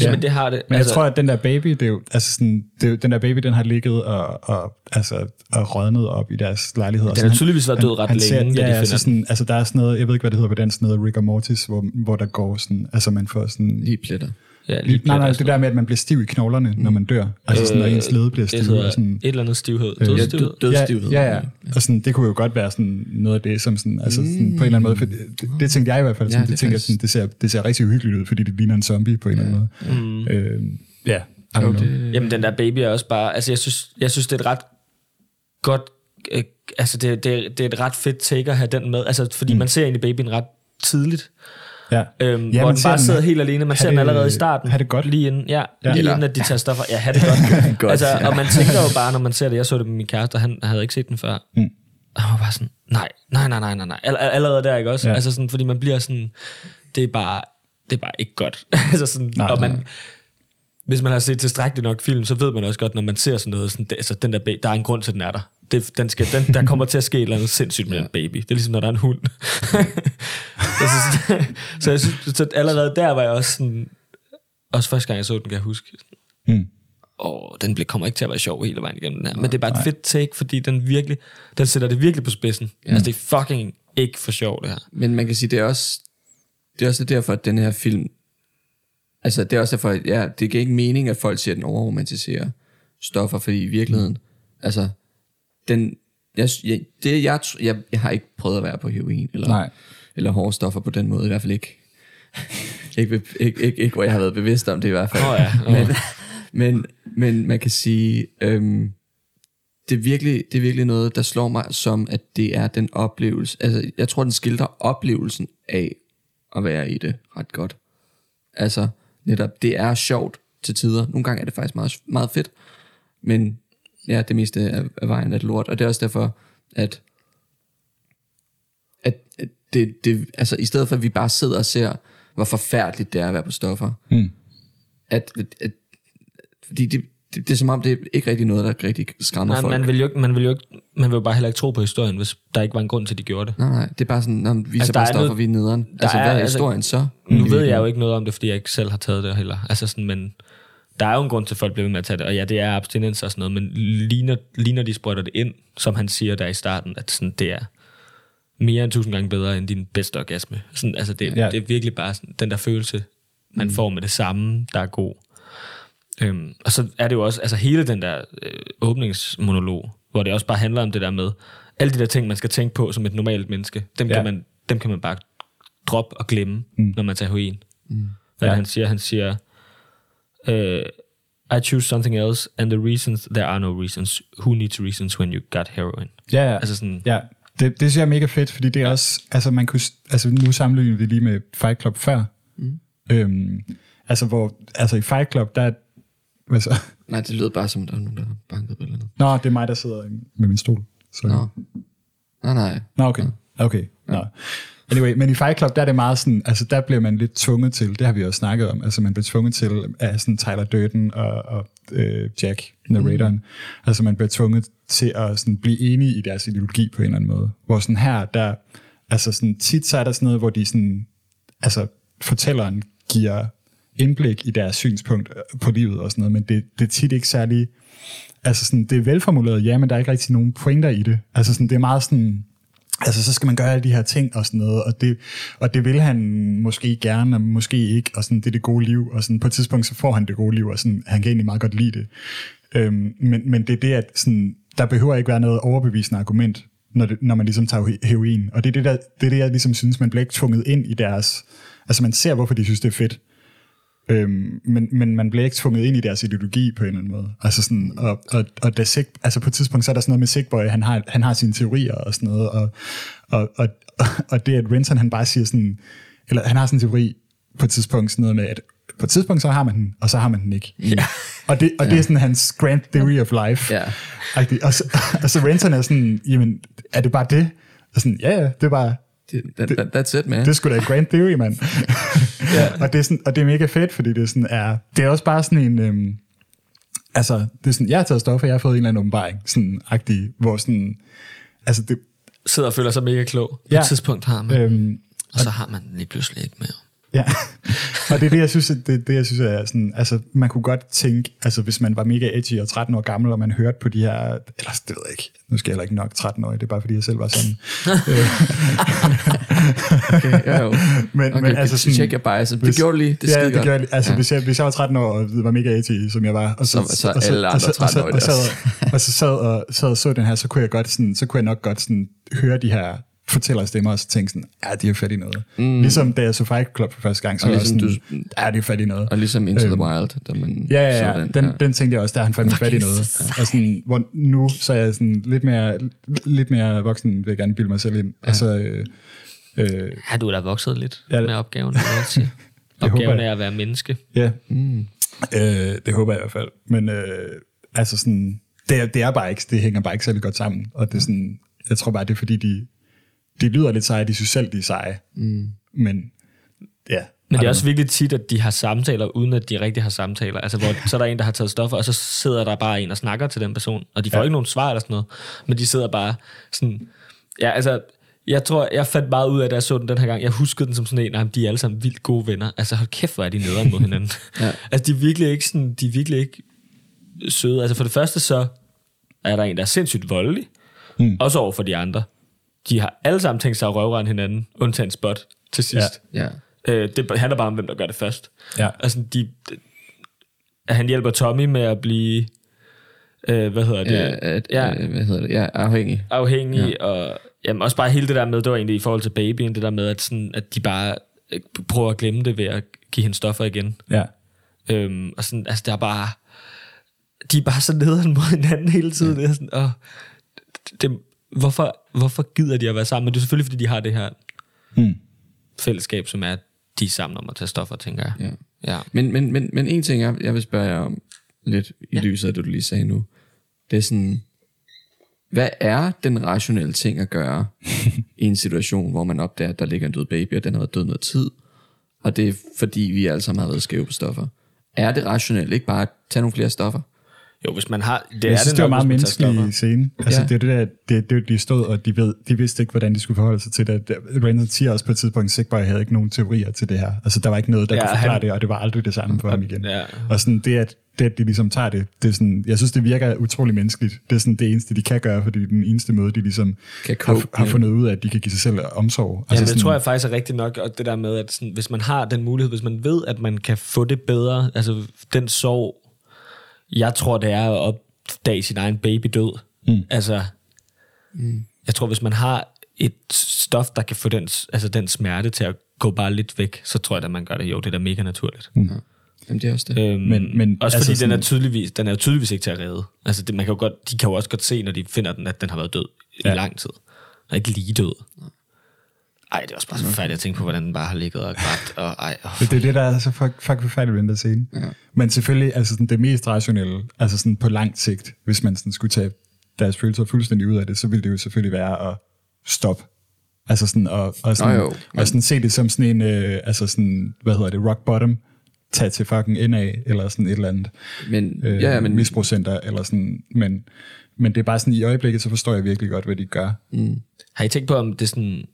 ja. Men det har det.
Men altså, jeg tror, at den der baby, det er jo, altså sådan, det er jo, den der baby, den har ligget og, og, altså, og rådnet op i deres lejlighed. Altså, Den
har tydeligvis været død ret længe, da
ja,
de
ja,
finder
altså,
den.
sådan, altså der er sådan noget, jeg ved ikke, hvad det hedder på dansk, sådan noget Rigor Mortis, hvor, hvor der går sådan, altså man får sådan,
Lige pletter.
Ja,
Lige, nej, nej,
altså.
det der med, at man bliver stiv i knoglerne, når man dør. Altså sådan, når ens led bliver
Øh, Det
stiv.
hedder
og sådan, Øh,
et eller andet stivhed.
Ja,
Dødsstivhed.
død, dødstivhed.
Ja, ja, ja. Og sådan, det kunne jo godt være sådan noget af det, som sådan, altså sådan, på en eller anden måde, for det, det- det tænkte jeg i hvert fald,
Ja,
sådan, det,
det er
det, tænker, jeg
faktisk-
sådan, det, ser, det ser rigtig uhyggeligt ud, fordi det ligner en zombie på en eller anden
Mm.
måde. Øh, Ja, I don't know.
Jamen, den der
Mm.
baby er også bare... Altså, jeg synes, jeg synes det er et ret godt... Øh, altså, det, det, det er et ret fedt take at have den med. Altså, fordi mm. man ser egentlig babyen ret tidligt.
Ja.
Øhm,
Ja,
ja, hvor
man
den
ser
bare
den-
sidder helt alene. Man
Ha'
ser den
det-
allerede i starten.
ha' det godt.
Lige inden, ja, ja. Lige
Eller-
inden at de tager stoffer. Ja, have
[LAUGHS]
det godt.
Godt,
godt altså,
ja.
Og man tænker jo bare, når man ser det. Jeg så det med min kæreste, og han havde ikke set den før. Mm. Og han var bare sådan, nej, nej, nej, nej, nej, nej. All- Allerede der, ikke også?
Ja.
Ja. Altså sådan, fordi man bliver sådan, det er bare, det er bare ikke godt. [LAUGHS] altså sådan, nej, og man, hvis man har set tilstrækkeligt nok film, så ved man også godt, når man ser sådan noget, sådan, det, altså, den der, ba- der er en grund til, at den er der. Det, den skal, den, der kommer til at ske et eller andet sindssygt med ja. en baby. Det er ligesom, når der er en hund. [LAUGHS] jeg synes, så, jeg synes, så allerede der var jeg også sådan, også første gang, jeg så den, kan jeg huske.
Mm.
Åh, den bliver- kommer ikke til at være sjov hele vejen igennem den her. Men det er bare et fedt take, fordi den virkelig, den sætter det virkelig på spidsen. Ja. Altså, det er fucking ikke for sjov, det her.
Men man kan sige, det er også, det er også derfor, at den her film... Altså, det er også derfor, at ja, det giver ikke mening, at folk siger, at den overromantiserer stoffer, fordi i virkeligheden, altså, den... Jeg, jeg, det, jeg, tr- jeg, jeg har ikke prøvet at være på heroin, eller,
Nej.
eller hårde stoffer på den måde, i hvert fald ikke. ikke, be- ikke, ikke, ikke, hvor jeg har været bevidst om det i hvert fald.
Åh ja, åh.
men, men, men man kan sige, øhm, det er, virkelig, det er virkelig noget, der slår mig som, at det er den oplevelse. Altså, jeg tror, den skildrer oplevelsen af at være i det ret godt. Altså, netop, det er sjovt til tider. Nogle gange er det faktisk meget, meget fedt, men ja, det meste af, af vejen er det lort. Og det er også derfor, at, at at det, det, altså, i stedet for, at vi bare sidder og ser, hvor forfærdeligt det er at være på stoffer,
Mm.
at, at fordi det, det, det er som om, det er ikke rigtig noget, der rigtig skræmmer
Nej,
folk.
man vil, jo ikke, man, vil jo ikke, man vil jo bare heller ikke tro på historien, hvis der ikke var en grund til, at de gjorde det.
Nej, nej, det er bare sådan, om vi
Altså,
altså,
der
bare
er
stopper
noget-
vi er nederen. Altså,
er-
hvad er
altså-
historien så?
Nu ved jeg jo ikke noget om det, fordi jeg ikke selv har taget det heller. Altså sådan, men der er jo en grund til, at folk bliver ved med at tage det. Og ja, det er abstinens og sådan noget, men ligner, ligner de sprøjter det ind, som han siger der i starten, at sådan, det er mere end tusind gange bedre end din bedste orgasme. Sådan, altså det,
Ja.
ja. det er virkelig bare sådan, den der følelse, man mm. får med det samme, der er god. Øhm, og så er det jo også, altså hele den der øh, åbningsmonolog, hvor det også bare handler om det der med, alle de der ting, man skal tænke på som et normalt menneske, dem, ja.
Ja.
kan, man, dem kan man bare droppe og glemme, mm. når man tager heroin. Mm. Hvad ja. han siger? Han siger, øh, I choose something else, and the reasons, there are no reasons. Who needs reasons when you got heroin?
Ja, ja.
Altså sådan-
ja. Det, det synes jeg er mega fedt, fordi det er også, altså man kunne, s- altså nu sammenligner vi lige med Fight Club før, mm. øhm, altså hvor, altså i Fight Club, der er, hvad så?
Nej, det lyder bare som, der er nogen, der har banket på et eller andet.
[LAUGHS] Nå, det er mig, der sidder med min stol. Sorry.
Nå. Nej, nej.
Nå, okay. Okay, nå. Anyway, men i Fight Club, der er det meget sådan, altså der bliver man lidt tvunget til, det har vi også snakket om, altså man bliver tvunget til af sådan Tyler Durden og, og øh, Jack, narratoren, mm. altså man bliver tvunget til at sådan blive enige i deres ideologi på en eller anden måde, hvor sådan her, der, altså sådan tit så er der sådan noget, hvor de sådan, altså fortælleren giver indblik i deres synspunkt øh, på livet og sådan noget, men det, det er tit ikke særlig, altså sådan, det er velformuleret, ja, men der er ikke rigtig nogen pointer i det. Altså sådan, det er meget sådan, altså så skal man gøre alle de her ting og sådan noget, og det, og det vil han måske gerne, og måske ikke, og sådan, det er det gode liv, og sådan, på et tidspunkt så får han det gode liv, og sådan, han kan egentlig meget godt lide det. Øhm, men, men det er det, at sådan, der behøver ikke være noget overbevisende argument, når, det, når man ligesom tager he- heroin. Og det er det, der, det er det, jeg ligesom synes, man bliver ikke tvunget ind i deres... Altså man ser, hvorfor de synes, det er fedt, Øhm, men, men man bliver ikke tvunget ind i deres ideologi på en eller anden måde. Altså sådan, og, og, og da Sig, altså på et tidspunkt, så er der sådan noget med Sigboy, han har, han har sine teorier og sådan noget, og, og, og, [LAUGHS] og det, at Renton han bare siger sådan, eller han har sådan en teori på et tidspunkt, sådan noget med, at på et tidspunkt, så har man den, og så har man den ikke. Ja. Og, det, og det er sådan hans grand theory of life.
Ja.
Agtigt. Og, så, [LAUGHS] og så Renton er sådan, jamen, er det bare det? Og sådan, ja, ja, det er bare,
Det, that, that, that's it, man.
det er sgu da grand theory, mand. ja. [LAUGHS] og, det er sådan, og det er mega fedt, fordi det er, sådan, er, det er også bare sådan en... Øhm, altså, det er sådan, jeg har taget stoffer, jeg har fået en eller anden åbenbaring, sådan agtig, hvor sådan... Altså, det,
Sidder og føler sig mega klog.
Ja.
På et tidspunkt har man,
øhm,
og så har man den lige pludselig ikke mere.
Ja, [LAUGHS] og det er det, jeg synes, det, er det, jeg synes er sådan, altså, man kunne godt tænke, altså, hvis man var mega edgy og 13 år gammel, og man hørte på de her, eller det ved jeg ikke, nu skal jeg heller ikke nok 13 år, det er bare fordi, jeg selv var
[LAUGHS]
sådan. Øh,
Okay, jo, jo.
Men,
Okay,
men altså sådan...
check your biases. Det gjorde du lige. Det er
ja,
skide
det
godt.
gjorde jeg lige. Altså, ja. hvis, jeg, hvis jeg var 13 år og var mega edgy, som jeg var, og
Så- så alle andre
og så- og så-
13-årige
og så-
også.
[LAUGHS] og så sad og, sad og så den her, så kunne jeg, godt sådan, så kunne jeg nok godt sådan, høre de her fortællerstemmer, og så tænke sådan, ja, de er fat i noget. Mm. Ligesom da jeg så Fight Club for første gang, så
Og
var jeg
ligesom
sådan, ja, det er fat i noget.
Og ligesom Into the
Øhm,
Wild, der man
Ja, ja,
så
ja. Den, den tænkte jeg også, der er han fandme fat i noget. Og sådan, hvor nu så er jeg sådan lidt mere, lidt mere voksen, vil jeg gerne bilde mig selv ind. Ja. Og så, øh, øh,
Ja, du er da vokset lidt
Ja,
ja,
[LAUGHS] det-
med opgaven. vil jeg sige.
håber
opgaven
jeg.
er at være menneske.
Ja. Mm. Øh, det håber jeg i hvert fald. Men øh, altså sådan, det, er- det er bare ikke, det hænger bare ikke særlig godt sammen. Og det er sådan, jeg tror bare, det er fordi, de, de lyder lidt seje, de synes selv, de er seje. Mm. Men ja.
Men det
Ej,
er også virkelig tit, at de har samtaler, uden at de rigtig har samtaler. Altså, hvor så er der en, der har taget stoffer, og så sidder der bare en og snakker til den person, og de får ja. ikke nogen svar eller sådan noget, men de sidder bare sådan... Ja, altså, jeg tror, jeg fandt meget ud af, da jeg så den den her gang. Jeg huskede den som sådan en, nej, de er alle sammen vildt gode venner. Altså, hold kæft, hvor er de nederen mod hinanden. [LAUGHS] ja. Altså, de er virkelig ikke sådan, de er virkelig ikke søde. Altså, for det første så er der en, der er sindssygt voldelig, mm. også over for de andre. De har alle sammen tænkt sig at røvrende hinanden, undtagen spot til sidst. Ja.
Ja.
Øh, det handler bare om, hvem der gør det først.
Ja.
Altså, de, de, han hjælper Tommy med at blive, øh, hvad hedder det,
Ja, at,
ja,
ja. øh, Hvad hedder det? Ja, afhængig.
afhængig, ja. og jamen, også bare hele det der med, det var egentlig i forhold til babyen, det der med, at, sådan, at de bare øh, prøver at glemme det ved at give hende stoffer igen.
Ja.
Øhm, og sådan, altså, der er bare, de er bare så nederen mod hinanden hele tiden. Ja. Det er sådan, åh, det, det, hvorfor, hvorfor gider de at være sammen? Men det er selvfølgelig, fordi de har det her
Mm.
fællesskab, som er, at de er sammen om at tage stoffer, tænker jeg.
Ja.
ja.
Men, men, men, men en ting, jeg, jeg vil spørge jer om lidt i ja. lyset af det, du lige sagde nu, det er sådan, hvad er den rationelle ting at
[LAUGHS]
gøre i en situation, hvor man opdager, at der ligger en død baby, og den har været død noget tid, og det er fordi, vi alle sammen har været skæve på stoffer. Er det rationelt ikke bare at tage nogle flere stoffer?
Jo, hvis man har... Det
Jeg synes, det var
nok,
meget
hvis man tager
menneskelig scene. Altså,
Ja.
ja. det er det der, det, det, er jo, de stod, og de, ved, de vidste ikke, hvordan de skulle forholde sig til det. Brandon siger også på et tidspunkt, Sick Boy havde ikke nogen teorier til det her. Altså, der var ikke noget, der ja,
Ja,
kunne forklare han...
han-
det, og det var aldrig det samme for ham igen.
ja.
Og sådan det, at, det, at de ligesom tager det, det er sådan, jeg synes, det virker utrolig menneskeligt. Det er sådan det eneste, de kan gøre, fordi det er den eneste måde, de ligesom
Kan cope
har, har
med.
fundet ud af, at de kan give sig selv omsorg. Altså
Ja, men
sådan,
det tror jeg faktisk er rigtigt nok, og det der med, at sådan, hvis man har den mulighed, hvis man ved, at man kan få det bedre, altså den sorg, jeg tror, det er at opdage sin egen baby død. Mm. Altså, mm. jeg tror, hvis man har et stof, der kan få den, s- altså, den smerte til at gå bare lidt væk, så tror jeg, at man gør det. Jo, det er da mega naturligt. Mm.
Jamen, det er også det.
Øh,
Øhm,
Men- men
også
altså
fordi den,
sådan-
er tydeligvis, den er jo tydeligvis ikke til at redde. Altså, det, man kan jo godt, de kan jo også godt se, når de finder den, at den har været død ja.
Ja.
i lang tid. Og ikke lige død. Ej, det er også bare så forfærdeligt at tænke på, hvordan den bare har ligget og grædt. Og, ej, oh.
Mm. Det, det er det, der er så fuck, fuck forfærdeligt ved den der scene. Ja. Men selvfølgelig, altså sådan, det mest rationelle, altså sådan på lang sigt, hvis man sådan skulle tage deres følelser fuldstændig ud af det, så ville det jo selvfølgelig være at stoppe. Altså sådan, og, og, sådan,
Nå jo, men-
og sådan se det som sådan en, øh, altså sådan, hvad hedder det, rock bottom, tag til fucking ind af, eller sådan et eller andet.
Men,
øh,
ja, men,
misbrugscenter, eller sådan, men, men det er bare sådan, i øjeblikket, så forstår jeg virkelig godt, hvad de gør.
Har I tænkt på, om det er sådan...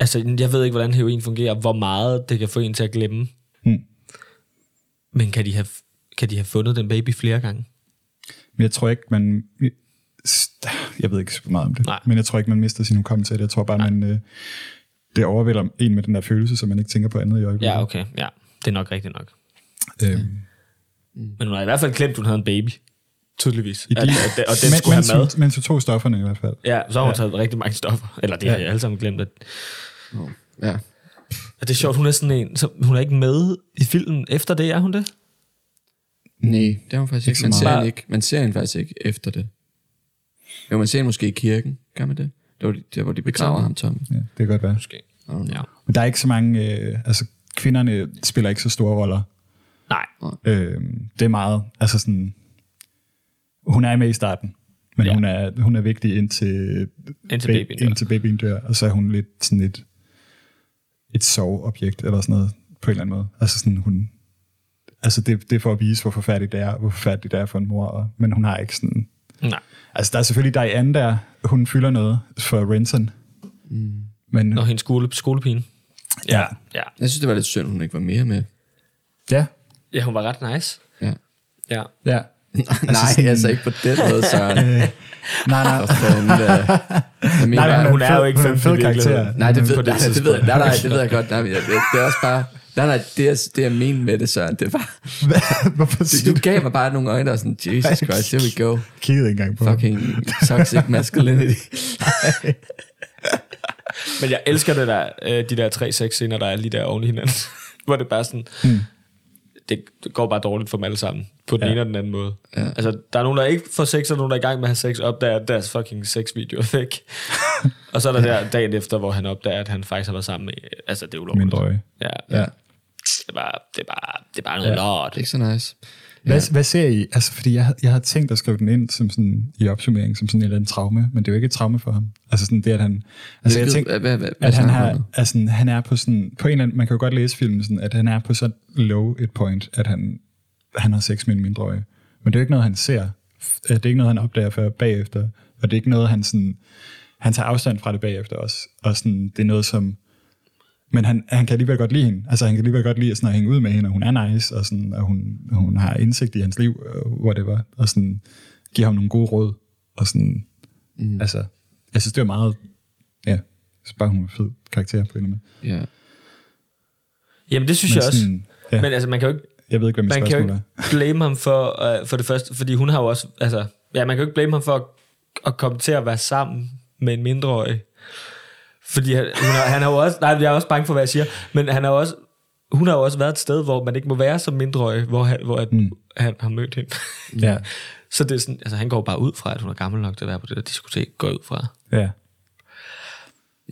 Altså, jeg ved ikke, hvordan heroin fungerer, hvor meget det kan få en til at glemme.
Mm.
Men kan de, have, kan de have fundet den baby flere gange?
Men jeg tror ikke, man... Jeg ved ikke så meget om det,
Nej.
men jeg tror ikke, man mister sin hukommelse af det. Jeg tror bare, man... Øh, det overvælder en med den der følelse, så man ikke tænker på andet i øjeblikket.
Ja, okay. Ja, det er nok rigtigt nok.
Øhm,
Men hun har i hvert fald glemt, hun havde en baby. Tydeligvis.
I de,
at, at, at, og den skulle
mens,
have mad.
hun- mens du tog stofferne i hvert fald.
Ja, så har hun ja. taget rigtig mange stoffer. Eller det har jeg alle sammen glemt. At,
ja.
at det er sjovt, hun er sådan en, så hun er ikke med i filmen efter det, er hun det?
Nej, det er hun faktisk ikke.
så
Man ser,
meget.
hende ikke. man ser hende faktisk ikke efter det. Jo, man ser hende måske i kirken. Gør man det? Det var der, hvor de begraver ham, Tom.
Ja, det kan godt være.
Måske.
Ja.
Ja.
Men der er ikke så mange... Øh, altså, kvinderne spiller ikke så store roller.
Nej.
Øh, det er meget... Altså sådan... Hun er med i starten, men ja.
Ja.
hun, er, hun er vigtig indtil,
Indtil
ba-
babyen dør.
indtil babyen dør. Og så er hun lidt sådan et, et soveobjekt, eller sådan noget, på en eller anden måde. Altså sådan, hun... Altså det, det er for at vise, hvor forfærdeligt det er, hvor forfærdeligt det er for en mor, og, men hun har ikke sådan...
Nej.
Altså der er selvfølgelig Diane der, hun fylder noget for Renton. Mm. Men
Når hendes skole, skolepine.
Ja. ja.
Jeg synes, det var lidt synd, hun ikke var mere med.
Ja,
Ja, hun var ret nice.
Ja.
Ja.
ja.
[LAUGHS] Nej,
sådan-
altså ikke på den måde, Søren. øh,
Nej,
[LAUGHS]
nej.
For fanden, øh, jeg mener,
Nej, men
Hun er jo ikke
Hun er en
15
fed
i virkeligheden.
Nej, det ved,
på det
nej, det ved,
tidspunkt.
nej, nej, det ved jeg godt. Nej, men jeg- det, det er også bare... Nej, nej, det er, det er min med det, Søren. Det var,
Hvad- Hvorfor
det,
siger
du
du?
gav mig bare nogle øjne, der var sådan, Jesus Christ, here we go.
Kiggede ikke engang på
Fucking toxic masculinity.
Men jeg elsker det der, øh, de der tre seks scener, der er lige der oven i hinanden. [LAUGHS] Hvor det bare sådan... Mm. Det det går bare dårligt for dem alle sammen. På den ja. ene og den anden måde. Ja. Altså, der er nogen, der ikke får sex, og nogen, der er i gang med at have sex, opdager at deres fucking sexvideo er [LAUGHS] væk. og så er der der dagen efter, hvor han opdager, at han faktisk har været sammen med... Altså, det er ulovligt.
Mindreøje.
Ja.
Ja.
Det, er bare, det, er bare, det er bare noget ja. lort.
Det er ikke så nice.
Hvad, hvad ser I? Altså, fordi jeg, havde- jeg havde tænkt at skrive den ind som sådan, i opsummering som sådan et eller andet traume, men det er jo ikke et traume for ham. Altså sådan det, at han... Altså, jeg
Hvilket-
tænkte,
hvad- hvad- hvad- hvad
at han,
snakker du
har,
om?
altså, han er på sådan... På en eller anden, man kan jo godt læse filmen sådan, at han er på så low et point, at han, han har sex med en mindreårig. Men det er jo ikke noget, han ser. F- Det er ikke noget, han opdager før bagefter. Og det er ikke noget, han sådan... Han tager afstand fra det bagefter også. Og sådan, det er noget, som... Men han, han kan alligevel godt lide hende. Altså, han kan alligevel godt lide sådan, at hænge ud med hende, og hun er nice, og, sådan, og hun, hun har indsigt i hans liv, og whatever, og sådan, giver ham nogle gode råd. Og sådan, mm. altså, jeg synes, det er meget, ja, så bare hun er en fed karakter på en eller anden måde.
Ja.
Jamen, det synes
Men
jeg også.
sådan, ja.
Men altså, man kan jo ikke
Jeg ved ikke, hvad mit
man kan jo
spørgsmål
ikke
er.
blame ham for, øh, for det første, fordi hun har jo også, altså, ja, man kan jo ikke blame ham for at, at komme til at være sammen med en mindreårig. Fordi han, hun har, han har jo også, nej, jeg er også bange for, hvad jeg siger, men han har jo også, hun har jo også været et sted, hvor man ikke må være som mindreårig, hvor han, hvor at, mm. han har mødt hende.
Ja,
[LAUGHS] Så det er sådan, altså han går bare ud fra, at hun er gammel nok til at være på det der diskotek, går jeg ud fra.
ja.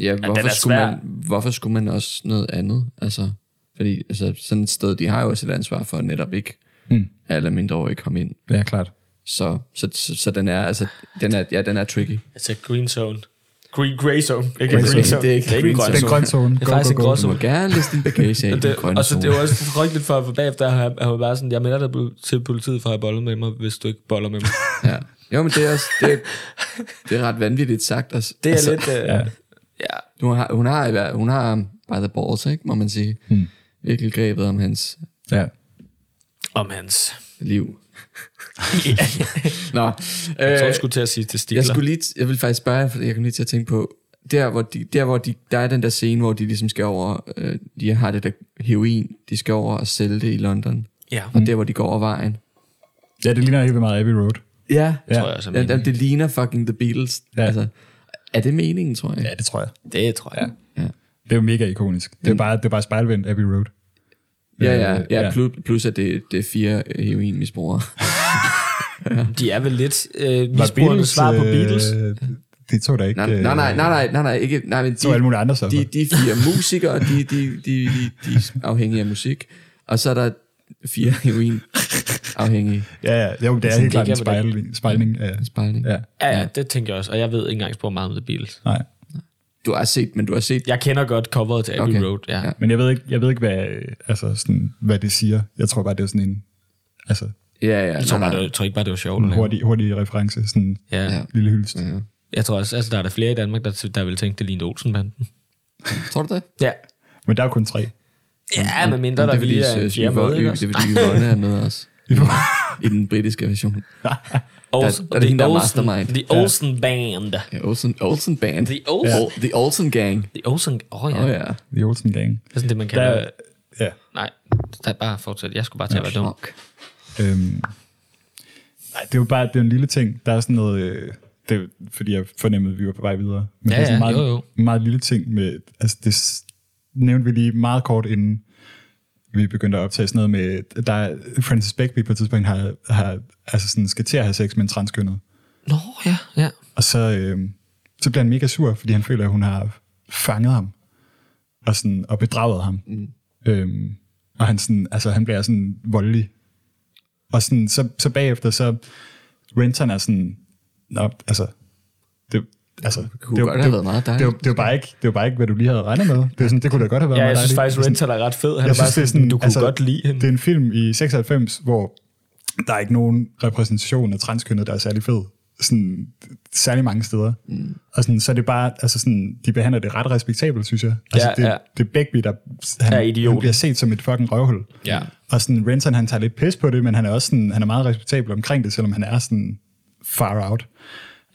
Ja, hvorfor,
er
skulle
svær.
man, hvorfor skulle man også noget andet? Altså, fordi altså, sådan et sted, de har jo også et ansvar for at netop ikke mm. alle mindreårige komme ind.
ja, klart.
Så, så, så, så den er, altså, den er, ja, den er tricky.
Altså green zone. Green, grey zone. Ikke
Grey
green,
zone.
green zone.
Det er ikke green
en grøn
zone.
Den grønne zone.
Det er faktisk en grøn
Du må
zone.
gerne liste din
[LAUGHS]
bagage af i
det,
den grønne
og så
zone.
det var også frygteligt for, for bagefter har jeg var bare sådan, jeg melder dig bl- til politiet for at have bollet med mig, hvis du ikke boller med mig.
Ja. Jo, men det er, også, det, er- det er ret vanvittigt sagt. Altså,
Det er
altså,
lidt... Øh, ja. ja.
Hun har, hun har, i hver- hun har um, by the balls, ikke, må man sige. Hmm. Virkelig grebet om hans
Ja.
Om hans... [LAUGHS]
liv. Nå, øh,
Så jeg skulle til at sige testikler.
jeg, skulle lige, t- jeg vil faktisk spørge jer, for jeg kom lige til at tænke på, der hvor, de, der, hvor de, der er den der scene, hvor de ligesom skal over, øh, de har det der heroin, de skal over og sælge det i London.
Ja.
Mm.
Og der hvor de går over vejen.
ja, det ligner helt vildt meget Abbey Road.
Ja,
Ja.
tror jeg også er
ja jamen, det ligner fucking The Beatles. Ja.
Ja.
Altså, er det meningen, tror jeg?
Ja, det tror jeg.
Det tror jeg.
Det er jo mega ikonisk. Det er bare, det er bare spejlvendt Abbey Road.
Ja, ja,
Øh,
ja,
ja.
ja. Plus, plus at det, det er fire heroinmisbrugere.
[LAUGHS]
De er vel lidt øh, misbrugende svar på Beatles.
øh, De tog da ikke... øh,
Nej, nej, nej, nej, nej, nej, nej, ikke, nej, men
Så alle
de,
mulige andre stoffer.
de, de fire musikere, de, de, de, de, de er afhængige af musik, og så er der fire heroin afhængige
Ja, ja, jo, det er helt klart en
det kan man
spejling, spejling af...
spejling.
Ja,
Ja, ja, det tænker jeg også. Og jeg ved ikke engang spor meget om The Beatles.
nej.
Du har set, men du har set,
Jeg kender godt coveret til Abbey
Okay.
Road. Ja.
Ja.
ja.
Men jeg ved ikke, jeg ved ikke hvad, øh, altså sådan, hvad det siger. Jeg tror bare, det er sådan en altså,
ja, ja,
Jeg tror,
nej,
bare, det
nej,
var, jeg tror ikke bare, det var sjovt.
en hurtig, hurtig reference, sådan en
Ja. ja.
lille hyldest.
Jeg tror også, altså, der er der flere i Danmark, der, der vil tænke, det lignede Olsenbanden.
tror du det?
Ja.
Men der er jo kun tre.
Ja, med mindre
Men
der
det er fordi,
lige
øh,
er en
Yvonne-
fjerde måde. ikke
Det
også?
er fordi, Yvonne er med os. I den britiske version.
Og
der- der er hende, der er mastermind.
The Olsen Band.
Ja, Olsen, Olsen Band.
The Olsen-
Ol- The Olsen Gang.
The Olsen... Åh oh, ja.
Åh oh, ja.
The Olsen Gang.
Det er sådan det, man kalder...
Der, ja,
Nej, der er bare fortsat. Jeg skulle bare til at være dum.
Fuck.
øhm, nej, det er jo bare det er en lille ting. Der er sådan noget... Øh, det er, jo- fordi jeg fornemmede, at vi var på vej videre. Men
Ja,
det er sådan en
ja,
meget,
jo, jo.
en meget lille ting med... Altså, det s- nævnte vi lige meget kort inden vi begyndte at optage sådan noget med, der er- Francis Begbie på et tidspunkt har, har altså sådan, skal til at have sex med en transkønnet.
Nå, ja, ja.
Og så, øh, så bliver han mega sur, fordi han føler, at hun har fanget ham og, sådan, og bedraget ham. Mm. Øhm, og han, sådan, altså, han bliver sådan voldelig. Og sådan, så, så bagefter, så Renton er sådan, Nå, altså, det, altså, det,
kunne godt have været meget
det,
dejligt.
var- det, var bare ikke, det var bare ikke, hvad du lige havde regnet med. Det, er sådan, det kunne da godt have været
Ja,
meget
jeg synes
dejligt.
faktisk,
Det er sådan-
Rental er ret fed. Han
jeg
er bare
synes, det er sådan,
du
altså,
kunne godt lide hende.
Det er en film i 96, hvor der er ikke nogen repræsentation af transkønnet, der er særlig fed. sådan, særlig mange steder. Mm. Og sådan, så er det bare, altså sådan, de behandler det ret respektabelt, synes jeg. Altså,
Ja,
det,
ja.
det er Begbie, der han,
Er idioten.
han bliver set som et fucking røvhul.
Ja.
Og sådan, Renton, han tager lidt pis på det, men han er også sådan, han er meget respektabel omkring det, selvom han er sådan far out.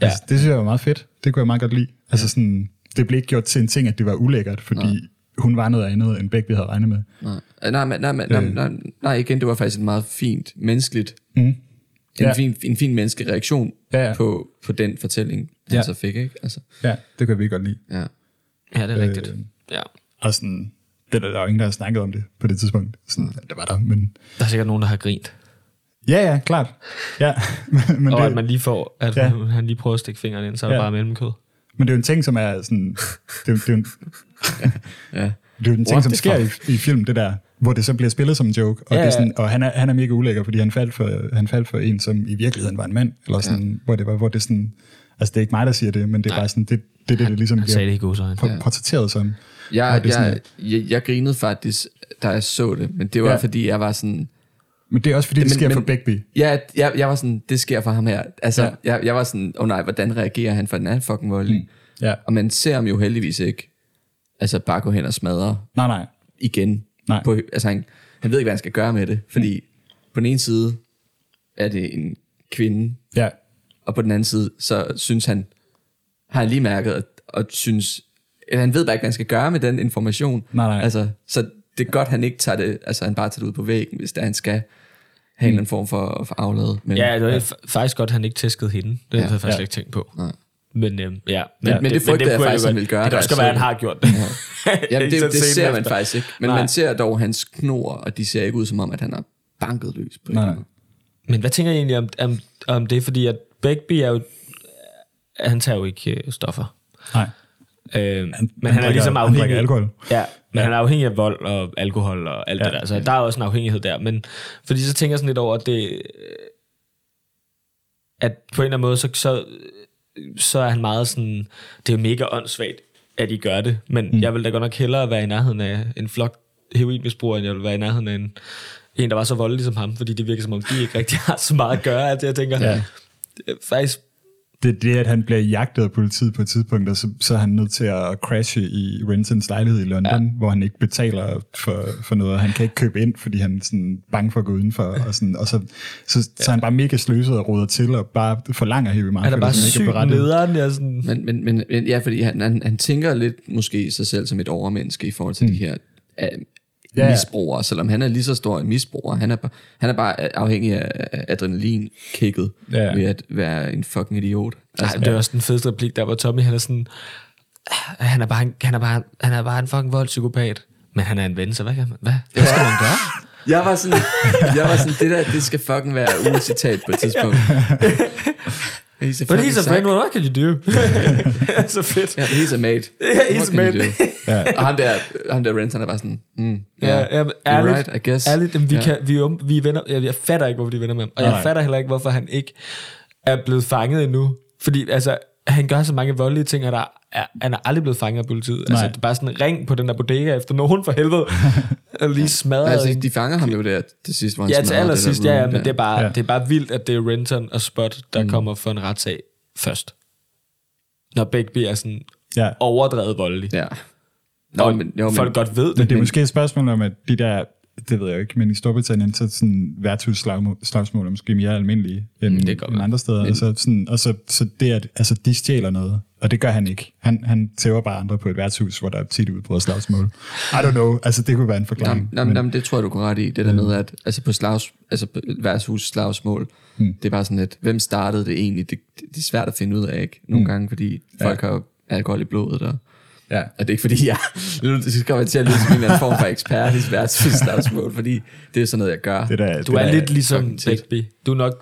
Ja. Altså, det synes jeg var meget fedt. Det kunne jeg meget godt lide. Altså sådan, det blev ikke gjort til en ting, at det var ulækkert, fordi hun var noget andet, end Begbie havde regnet med.
Nej, Øh, nej, men- nej, men- nej, nej, nej, igen, det var faktisk et meget fint, menneskeligt, mm. en,
Ja.
fin, en fin menneskelig reaktion
Ja, ja.
På, på den fortælling, han
Ja.
så fik, ikke? Altså,
Ja, det kan vi godt lide.
ja.
ja, det er rigtigt. Ja.
Og sådan, det, der, der er jo ingen, der har snakket om det på det tidspunkt. Sådan, ja. det var der, men...
Der er sikkert nogen, der har grint.
Ja, ja, klart. Ja, [LAUGHS] men, men,
Og at
det,
man lige får, at
Ja.
ja. han lige prøver at stikke fingeren ind, så er der
Ja.
bare mellemkød.
men det er jo en ting, som er sådan... Det er, jo- det er, jo en,
ja.
det er jo en ting,
What
som
the
sker i, i film, det der, hvor det så bliver spillet som en joke. Og, ja,
Ja,
det er
ja.
sådan, og han, er, han er mega ulækker, fordi han faldt, for, han faldt for en, som i virkeligheden var en mand. Eller sådan, ja. hvor, det var, hvor det sådan... Altså, det er ikke mig, der siger det, men det er bare sådan... Det, det, er det, det ligesom
Han sagde
bliver
det i gode øjne.
por- portrætteret som.
Jeg,
Og det er sådan,
jeg, jeg, jeg grinede faktisk, da jeg så det, men det var,
Ja.
ja. fordi jeg var sådan...
Men det er også, fordi det,
Men-
det sker
men-
for Begbie.
Ja, jeg, jeg var sådan, det sker for ham her. Altså,
Ja.
ja. jeg, jeg var sådan, åh oh nej, hvordan reagerer han, for den er fucking voldelig. Mm.
Ja.
Og man ser ham jo heldigvis ikke altså bare gå hen og smadre
Nej, nej.
igen.
Nej.
På, altså han, han ved ikke, hvad han skal gøre med det, fordi mm. på den ene side er det en kvinde,
Ja,
og på den anden side, så synes han, har han lige mærket, og, og synes, eller han ved bare ikke, hvad han skal gøre med den information.
Nej, nej.
Altså, så det er godt, han ikke tager det, altså han bare tager det ud på væggen, hvis det er, han skal have en eller anden form for, for aflade. Men,
Ja, det var fa- faktisk godt, at han ikke tæskede hende. Det havde jeg faktisk
Ja.
slet ikke tænkt på.
Nej.
Men, øhm, ja.
men det frygtede jeg
kunne
faktisk,
godt-
han ville gøre,
Det
da
kan også
jeg så
godt være, han har gjort det. [LAUGHS]
Jamen, det,
Sådan
det
scenen
ser man
efter.
faktisk ikke. Men
Nej.
Nej. man ser dog hans knor, og de ser ikke ud som om, at han har banket løs på
nej,
det.
nej.
Men hvad tænker I egentlig om, om, om det? Fordi at Begbie er jo... Han tager jo ikke øh, stoffer.
Nej.
Øh, men han,
drikker-
er ligesom
han
afhængig.
drikker alkohol.
Ja, men han er afhængig af vold og alkohol og alt
Ja.
ja, det der. Så der er også en afhængighed der. Men fordi så tænker jeg sådan lidt over, at det... øh, At på en eller anden måde, så, så, så er han meget sådan... Det er mega åndssvagt, at I gør det. Men mm. jeg vil da godt nok hellere være i nærheden af en flok heroinmisbrugere, end jeg vil være i nærheden af en, en der var så voldelig som ham. Fordi det virker som om, de ikke rigtig har så meget at gøre. At jeg tænker,
Ja.
ja. faktisk
det er det, at han bliver jagtet af politiet på et tidspunkt, og så, så er han nødt til at crashe i Rentons lejlighed i London, ja. hvor han ikke betaler for, for noget, og han kan ikke købe ind, fordi han er sådan bange for at gå udenfor, og, sådan, og så, så, så er han bare mega sløset og råder til, og bare forlanger heavy meget.
han er bare syg nederen. Jeg er sådan,
Men, men, men, men ja, fordi han, han, han tænker lidt måske sig selv som et overmenneske i forhold til mm. de her uh,
Ja, ja.
ja. misbrugere, selvom han er lige så stor en misbruger. Han er, ba- han er bare øh, afhængig af af adrenalinkikket
Ja, ja.
ved at være en fucking idiot. Altså,
Nej, det er også den fedeste replik der, hvor Tommy han er sådan, "Ah, han er bare en, han er bare, han er bare en fucking voldspsykopat. Men han er en ven, så hvad kan man? Hvad? Hvad skal man [LAUGHS] gøre?
Jeg var sådan, jeg var sådan det der, det skal fucking være ugens citat på et
[LAUGHS]
tidspunkt. He's a
But
fucking
he's a
psycho.
friend, what can you do? [LAUGHS] så fedt.
Ja, he's a
[LAUGHS]
mate.
he's
What
a
can you
mate. [LAUGHS]
do? Og ham der, ham der Rent, han er bare sådan, mm,
Ja,
yeah,
ja, men ærligt,
right, I guess.
ærligt jamen, vi,
Ja.
kan, vi, er um, vi er venner, jeg, jeg fatter ikke, hvorfor de er venner med ham, og
Nej.
jeg fatter heller ikke, hvorfor han ikke er blevet fanget endnu, fordi altså, han gør så mange voldelige ting, og der er, han er aldrig blevet fanget af politiet.
Nej.
Altså, det er bare sådan, ring på den der bodega efter nogen for [LAUGHS] helvede, og lige smadret.
altså,
en-
de fanger ham jo der til sidst, hvor han
Ja, til
smadrer det der
allersidst, ja, ja,
room
men det er, bare,
Ja.
ja. det er bare vildt, at det er Renton og Spot, der mm. kommer for en retssag først. Når Begbie er sådan
Ja.
overdrevet voldelig. Ja.
Ja. Nå,
og
men, jo, men,
folk godt ved
Men
det.
det er måske et spørgsmål om, at de der, det ved jeg jo ikke, men i Storbritannien, så er sådan værtshusslagsmål er måske mere almindelige end,
det kan
det
godt
end
være.
andre steder. Og, så, sådan, og så, så det, at altså, de stjæler noget, og det gør han ikke. Han, han tæver bare andre på et værtshus, hvor der er tit udbrud af slagsmål. I don't know, altså det kunne være en
Nå,
forklaring.
nå, men, nå, men det tror jeg, du går ret i,
Mm.
det der med, at altså på, slags, altså på værtshus slagsmål,
Mm.
det er bare sådan, at hvem startede det egentlig? Det, det er svært at finde ud af, ikke?
Mm.
Nogle gange, fordi folk har alkohol i blodet, og,
Ja.
og det er ikke fordi, jeg nu kommer jeg til at lyde som en eller anden form for ekspert i værtshus slagsmål, fordi det er sådan noget, jeg gør.
Det der,
Du
det
er
der,
lidt ligesom
fucking tit.
Begbie. Du er nok,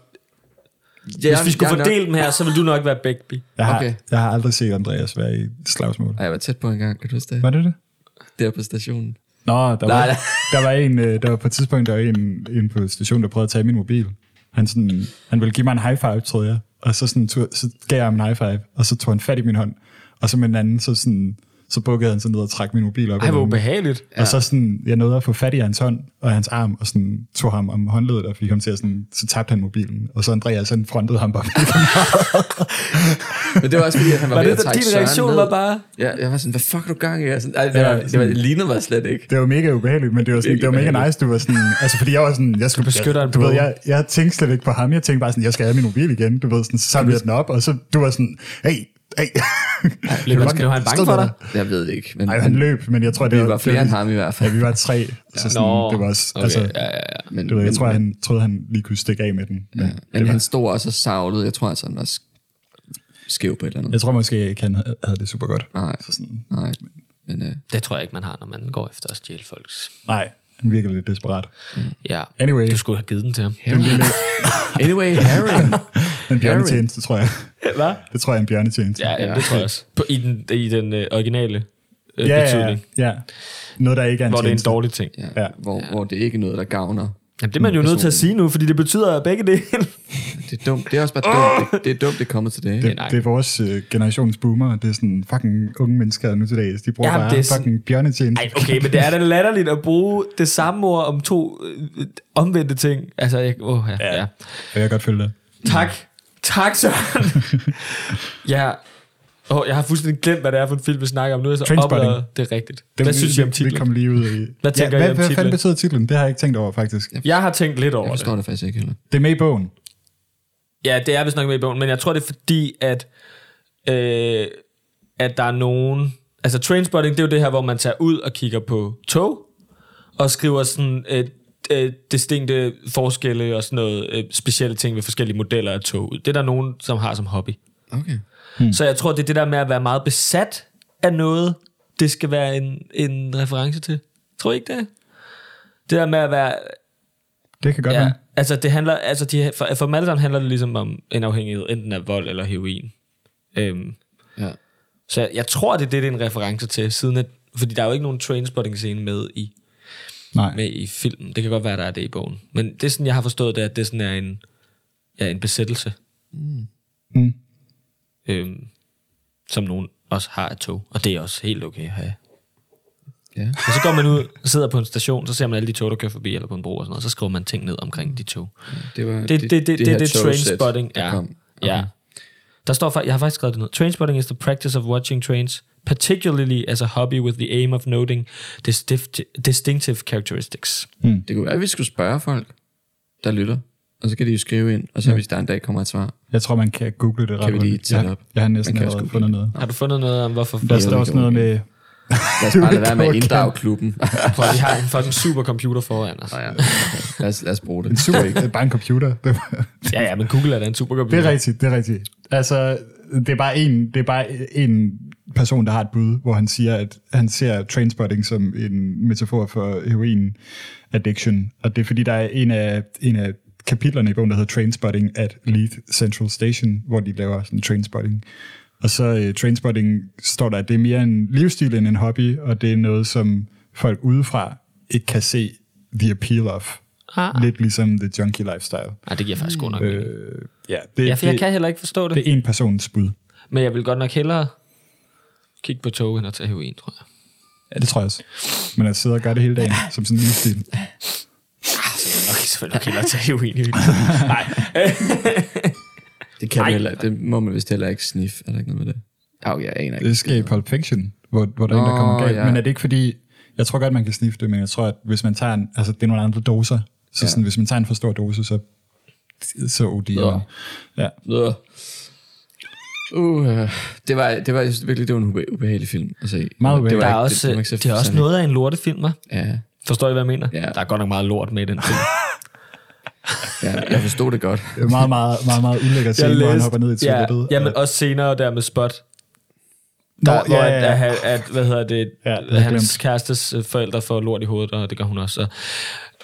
Ja,
hvis vi skulle
jeg er nok-
fordele dem her, så vil du nok være Begbie.
Jeg har, okay.
Okay.
jeg har aldrig set Andreas være i et slagsmål.
Ej, jeg var tæt på en gang, kan du huske det?
Var det det?
Der på stationen.
Nå, der var,
Nej, nej.
der var en, øh, der var på et tidspunkt, der var en, en på stationen, der prøvede at tage min mobil. Han, sådan, han ville give mig en high five, troede jeg. Og så, sådan, tog, så gav jeg ham en high five, og så tog han fat i min hånd. Og så med den anden, så, sådan, Så bukkede han sig ned og trak min mobil op. i
Ej, hvor
lommen.
ubehageligt.
Og så sådan, jeg nåede at få fat i hans hånd og hans arm, og sådan tog ham om håndledet og fik ham til at sådan, så tabte han mobilen. Og så Andreas, han frontede ham bare.
Men det var også fordi, at han var,
Var
ved
det,
at trække
din
Søren
reaktion
ned.
var bare...
Ja, jeg var sådan, hvad fuck er du gang i? Jeg er sådan, ej, det, var, det, var, det lignede mig slet ikke.
det var mega ubehageligt, men det var, sådan, det var mega nice. Du var sådan, altså fordi jeg var sådan, jeg skulle
beskytter en
du
bro.
ved, jeg, jeg tænkte slet ikke på ham. Jeg tænkte bare sådan, jeg skal have min mobil igen. Du ved, sådan, så samlede jeg den op, og så du var sådan, hey, hey.
Blev han, blev han bange for dig?
[LAUGHS] Jeg ved det ikke. Men
Nej, han løb, men jeg tror, det
vi var flere
det-
end ham i hvert fald.
Ja, vi var tre. Så sådan,
Nå,
det var også,
okay,
altså,
ja, ja, ja.
men,
Du ved, jeg
men-
tror, han troede, han lige kunne stikke af med den. Men
Men han stod også og savlede. Jeg tror altså, han var sk- skæv på et eller andet.
Jeg tror måske ikke, han havde havde det super godt.
Nej,
Så sådan,
nej. Men øh,
Det tror jeg ikke, man har, når man går efter at stjæle folks.
nej, han virkede lidt desperat.
Ja.
Anyway.
Du skulle have givet den til ham.
Den, lille,
anyway, [LAUGHS] Harry.
den bjørnetjeneste, tror jeg.
[LAUGHS] Hvad?
Det tror jeg er en bjørnetjeneste.
Ja, ja, det tror jeg også. På, I den, i den øh, originale øh,
ja, ja,
betydning,
ja. Noget, der ikke er en
hvor det er en
tjeneste.
dårlig ting.
ja,
Ja.
ja. Hvor, hvor det ikke er noget, der gavner.
Jamen, det er man jo nødt til at sige nu, fordi det betyder begge dele.
Det er dumt. Det er også bare dumt. Det, det er dumt, det kommer til det.
Det, det er vores øh, generations boomer. Det er sådan fucking unge mennesker nu til dags. De bruger
Jamen, det
Jamen, bare
er sådan-
fucking bjørnetjeneste.
Ej, okay, men det er da latterligt at bruge det samme ord om to øh, omvendte ting. Altså, jeg, oh, ja, ja. ja.
[LAUGHS] Og jeg kan godt følge det.
Tak. Tak, Søren. ja. Oh, jeg har fuldstændig glemt, hvad det er for en film, vi snakker om. Nu er jeg så
Trainspotting.
oplevet det er rigtigt. Hvad synes I om
Vi
titlen?
kom lige ud i...
Hvad tænker I
hvad,
om
hvad
titlen?
fanden betyder titlen? Det har jeg ikke tænkt over, faktisk.
Jeg har tænkt lidt
Jeg
over det.
forstår det faktisk ikke heller.
Det er med i bogen.
Ja, det er vist nok med i bogen, men jeg tror, det er fordi, at, øh, at der er nogen... Altså, trainspotting, det er jo det her, hvor man tager ud og kigger på tog, og skriver sådan øh, øh, distinkte forskelle og sådan noget øh, specielle ting ved forskellige modeller af tog ud. Det er der nogen, som har som hobby.
Okay.
Mm. Så jeg tror, det er det der med at være meget besat af noget, det skal være en, en reference til. Tror I ikke det? Det der med at være...
Det kan godt
Ja,
være.
altså, det handler, altså de, for, for dem alle sammen handler det ligesom om en afhængighed, enten af vold eller heroin. Øhm,
Ja.
så jeg, jeg tror, det er det, det er en reference til, siden at, fordi der er jo ikke nogen trainspotting-scene med i,
Nej.
med i filmen. Det kan godt være, der er det i bogen. Men det er sådan, jeg har forstået det, at det sådan er en, ja, en besættelse.
Mm.
Øhm, som nogen også har et tog, og det er også helt okay at have.
ja.
Og så går man ud og sidder på en station, så ser man alle de tog, der kører forbi, eller på en bro og sådan noget, så skriver man ting ned omkring de tog.
Mm.
Det var
Det, det, det, det, det,
her
det, det
togsæt,
trainspotting
der
er.
kom.
Okay. Ja. Der står, fa- jeg har faktisk skrevet det ned. Trainspotting is the practice of watching trains, particularly as a hobby with the aim of noting distif- distinctive characteristics.
Mm.
Det kunne være, at vi skulle spørge folk, der lytter. Og så kan de jo skrive ind, og så hvis der en dag kommer et svar.
Jeg tror, man kan google det ret
Kan vi lige
hurtigt.
tage
Jeg-
det op?
Jeg har næsten
Man kan også
allerede
google
fundet
det.
noget.
Har du fundet noget om, hvorfor
Der
folk...
står også
kan
noget
man
med...
Lad os
[LAUGHS]
bare lade være med at
Okay.
inddrage klubben.
Prøv, vi har en fucking supercomputer foran os.
Nå [LAUGHS] ja, okay. lad, os, lad os bruge det.
Super, [LAUGHS] det er bare en computer. Det,
Ja, ja, men Google er da en
det
supercomputer.
er rigtigt, det er rigtigt. Altså, det er bare en, det er bare en person, der har et bud, hvor han siger, at han ser trainspotting som en metafor for heroin addiction. Og det er fordi, der er en af, en af kapitlerne i bogen, der hedder Trainspotting at Leith Central Station, hvor de laver sådan trainspotting. Og så uh, trainspotting står der, at det er mere en livsstil end en hobby, og det er noget, som folk udefra ikke kan se the appeal of.
Ah.
Lidt ligesom the junkie lifestyle.
Ej, det giver faktisk god nok. mening.
Øh, ja, det,
Ja, for jeg
det,
kan heller ikke forstå det.
det er en persons bud.
Men jeg vil godt nok hellere kigge på tog, end at tage heroin, tror jeg.
Ja, det tror jeg også. Men at sidde og gøre det hele dagen, som sådan en livsstil.
Nok selvfølgelig nok hellere tage heroin. Nej.
Det kan man heller, det må man vist heller ikke sniffe. Er der ikke noget med det? Ja, okay, jeg aner ikke.
Det sker i Pulp Fiction, hvor, hvor der er en, der kommer
Nå,
galt.
ja.
Men er det ikke fordi, jeg tror godt, man kan snifte det, men jeg tror, at hvis man tager en, altså det er nogle andre doser, så sådan, hvis man tager en for stor dose, så så OD. Ja. ja.
Øh. Uh, det var, det var jeg synes virkelig, det var en ube- ubehagelig film at se.
Meget
det var
Der er
ikke-
også,
det, det, var
det,
ikke så
det, er også
forfærdeligt.
noget af en lortefilm, hva'?
Ja,
Forstår I, hvad jeg mener?
Ja.
Der er godt nok meget lort med i
[LAUGHS]
den film.
ja, jeg forstod det godt.
Det er meget, meget, meget, meget ulækkert scene, hvor han hopper ned i
ja,
toilettet.
ja, men også senere der med Spot.
Nå,
Der, Nå, hvor
ja,
ja,
ja, ja.
At, at, at, hvad hedder det,
Ja,
ja,
det har jeg
hans
glemt.
kærestes øh, forældre får lort i hovedet, og det gør hun også. Så.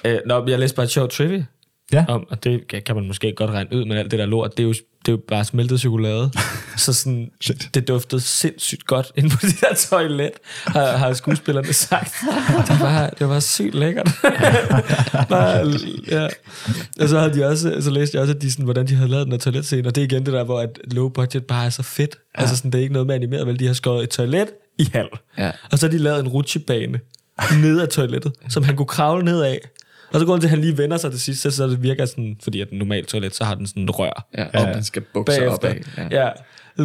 Øh, nå, men jeg læste bare et sjovt trivia.
Ja.
Om, og det kan- kan man måske godt regne ud, men alt det der lort, det er jo, det er jo bare smeltet
[LAUGHS]
chokolade. så sådan,
Shit.
det duftede sindssygt godt inde på [LAUGHS] det der toilet, har, har skuespillerne sagt. Det var, det var sygt
[LAUGHS]
lækkert. bare, ja. Og så, havde de også, så læste jeg også, at de sådan, hvordan de havde lavet den der toiletscene, og det er igen det der, hvor at low budget bare er så fedt. Ja. Altså sådan, det er ikke noget med animeret, vel? De har skåret et toilet i halv.
Ja.
Og så har de lavet en rutsjebane ned ad toilettet, som han kunne kravle ned af. Og så går til, at han lige vender sig til sidst, så, så det virker sådan, fordi at den normale toilet, så har den sådan en rør.
Ja, og man skal bukke sig op
bagefter.
af. Ja.
ja.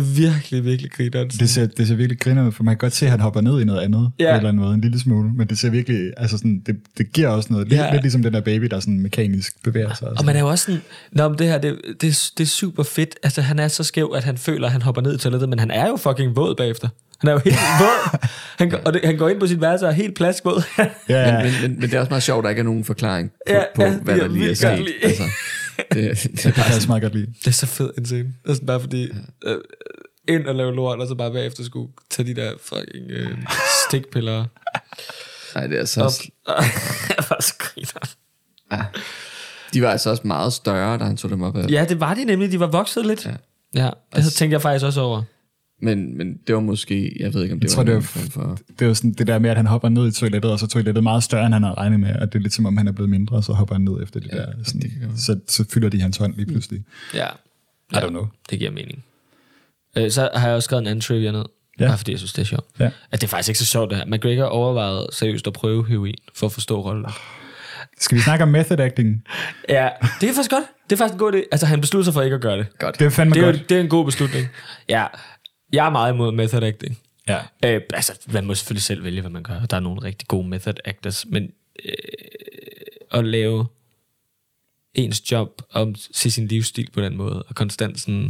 Virkelig, virkelig grineren.
Det ser, det ser virkelig griner ud, for man kan godt se, at han hopper ned i noget andet,
Ja.
på en eller anden måde, en lille smule, men det ser virkelig, altså sådan, det, det giver også noget, lidt,
Ja.
lidt ligesom den der baby, der sådan mekanisk bevæger sig.
Og man er jo også sådan, Nå, men det her, det, det, er- det er super fedt. Altså, han er så skæv, at han føler, at han hopper ned i toilettet, men han er jo fucking våd bagefter. Han er jo helt våd. Han, går- og det, han går ind på sit værelse og er helt plaskvåd.
ja,
Men, men, men, men det er også meget sjovt, at der ikke er nogen forklaring på, ja,
Ja,
på ja,
ja,
hvad
det
der
kan
lige er
jeg
sket.
virkelig godt lide.
Altså, det, det er
det kan
bare
jeg også
sådan,
meget godt lide.
[LAUGHS] det er så fed en scene. Det er sådan bare fordi, øh, ind og lave lort, og så bare bagefter skulle tage de der fucking øh, stikpiller
nej, det er så,
op.
også-
Jeg var så griner.
de var altså også meget større, da han tog dem op af.
Ja, det var de nemlig. De var vokset lidt.
Ja.
Ja, ja det havde, tænkte jeg faktisk også over.
Men, men det var måske, jeg ved ikke, om det
Jeg
var
tror, det var,
en form for...
det var sådan det der med, at han hopper ned i toilettet, og så er toilettet meget større, end han havde regnet med, og det er lidt som om, han er blevet mindre, og så hopper han ned efter det ja, der. Sådan, det så, så fylder de hans hånd lige pludselig.
Ja.
I don't know.
Det giver mening. Øh, så har jeg også skrevet en anden trivia ned.
Ja.
Ja. Bare fordi jeg synes, det er sjovt.
Ja.
At det er faktisk ikke så sjovt det her. McGregor overvejede seriøst at prøve heroin for at forstå rollen.
Ah. Skal vi snakke om method acting?
Ja, det er faktisk godt. Det er faktisk en god idé. Altså, han besluttede sig for ikke at gøre det.
Godt.
Det er fandme
Det er, jo,
godt.
det er en god beslutning. Ja, jeg er meget imod method acting.
Ja.
Øh, altså, man må selvfølgelig selv vælge, hvad man gør. Der er nogle rigtig gode method actors, men øh, at lave ens job om se sin livsstil på den måde, og konstant sådan,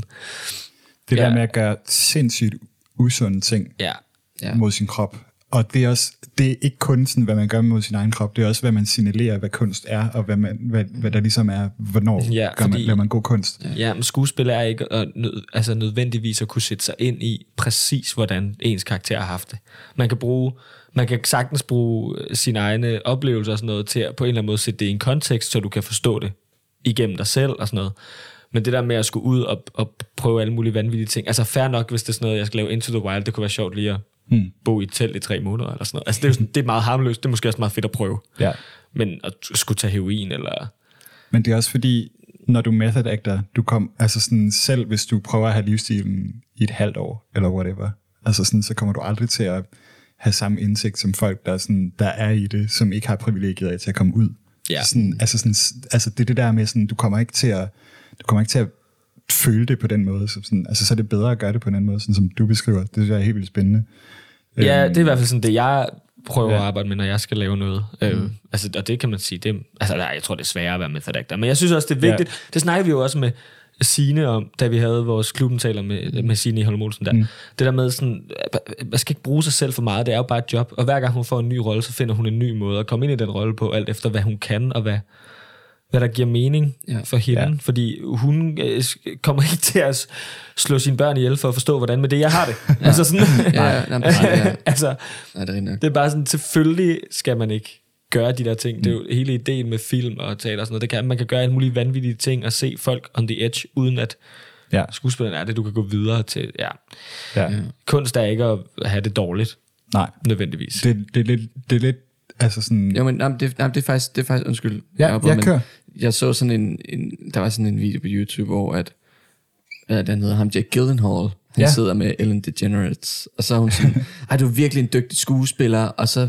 Det der
Ja.
med at gøre sindssygt usunde ting
ja,
Ja.
ja. mod sin krop. Og det er, også, det er ikke kun sådan, hvad man gør mod sin egen krop, det er også, hvad man signalerer, hvad kunst er, og hvad, man, hvad, hvad der ligesom er, hvornår ja,
Ja,
gør man,
fordi-
laver man god kunst.
Ja, men skuespil er ikke at nød, altså nødvendigvis at kunne sætte sig ind i præcis, hvordan ens karakter har haft det. Man kan, bruge, man kan sagtens bruge øh, sine egne oplevelser og sådan noget til at på en eller anden måde sætte det i en kontekst, så du kan forstå det igennem dig selv og sådan noget. Men det der med at skulle ud og, og prøve alle mulige vanvittige ting, altså fair nok, hvis det er sådan noget, jeg skal lave Into the Wild, det kunne være sjovt lige at hmm. bo i et telt i tre måneder eller sådan noget. Altså det er, jo sådan, det er meget harmløst, det er måske også meget fedt at prøve.
Ja.
Men at skulle tage heroin eller...
Men det er også fordi, når du method actor, du kom, altså sådan, selv hvis du prøver at have livsstilen i et halvt år, eller whatever, altså sådan, så kommer du aldrig til at have samme indsigt som folk, der, er sådan, der er i det, som ikke har privilegiet af til at komme ud.
Ja.
Sådan, altså, sådan, altså det er det der med, sådan, du kommer ikke til at, du kommer ikke til at føle det på den måde. Som sådan, altså, så er det bedre at gøre det på den måde, sådan, som du beskriver. Det synes jeg er helt vildt spændende.
Ja, det er i hvert fald sådan det, jeg prøver Øhm, ja. at arbejde med, når jeg skal lave noget. Mm. Øh, altså, og det kan man sige, det, altså, nej, jeg tror, det er sværere at være method actor, men jeg synes også, det er vigtigt. Ja. Det snakker vi jo også med Sine om, da vi havde vores klubben taler med, med Sine i Holm Olsen der. Mm. Det der med sådan, øh, man skal ikke bruge sig selv for meget, det er jo bare et job, og hver gang hun får en ny rolle, så finder hun en ny måde at komme ind i den rolle på, alt efter hvad hun kan og hvad, hvad der giver mening ja. for hende, ja. fordi hun øh, kommer ikke til at s- slå sine børn ihjel for at forstå, hvordan med det, jeg har det. altså sådan,
Ja, ja,
[LAUGHS]
nej, men nej, ja.
altså,
Nej, det er rigtig nok.
det er bare sådan, selvfølgelig skal man ikke gøre de der ting. Det
Mm.
er jo hele ideen med film og teater og sådan noget. Det kan, man kan gøre alle mulige vanvittige ting og se folk on the edge, uden at
Ja.
skuespilleren er det, du kan gå videre til. Ja.
ja.
Kunst er ikke at have det dårligt,
Nej,
nødvendigvis. Mm. Det,
det, det, er lidt, det er lidt, altså sådan,
Jo, men nej, men det, nej, men det, er faktisk, det er faktisk, undskyld.
Ja,
afbryder,
jeg
men
kører.
Jeg så sådan en, en, der var sådan en video på YouTube, hvor at, at den hedder ham Jack Gyllenhaal. Han
Ja.
ja. sidder med Ellen DeGeneres, og så er hun
[LAUGHS]
sådan, ej, du er virkelig en dygtig skuespiller, og så,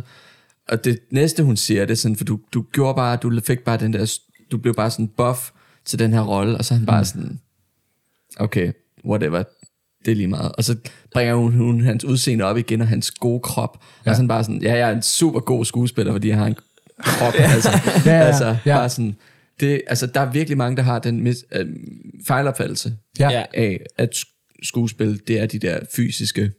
og det næste hun siger, det er sådan, for du, du gjorde bare, du fik bare den der, du blev bare sådan buff til den her rolle, og så er han bare
Mm.
sådan, okay, whatever, det er lige meget. Og så bringer hun, hun hans udseende op igen, og hans gode krop. Ja. Og sådan bare sådan, ja, jeg er en super god skuespiller, fordi jeg har en krop. altså, ja,
[LAUGHS] ja,
altså,
ja.
Bare sådan, det, altså, der er virkelig mange, der har den mis, øh, fejlopfattelse
Ja.
Ja.
af, at sk- skuespil, det er de der fysiske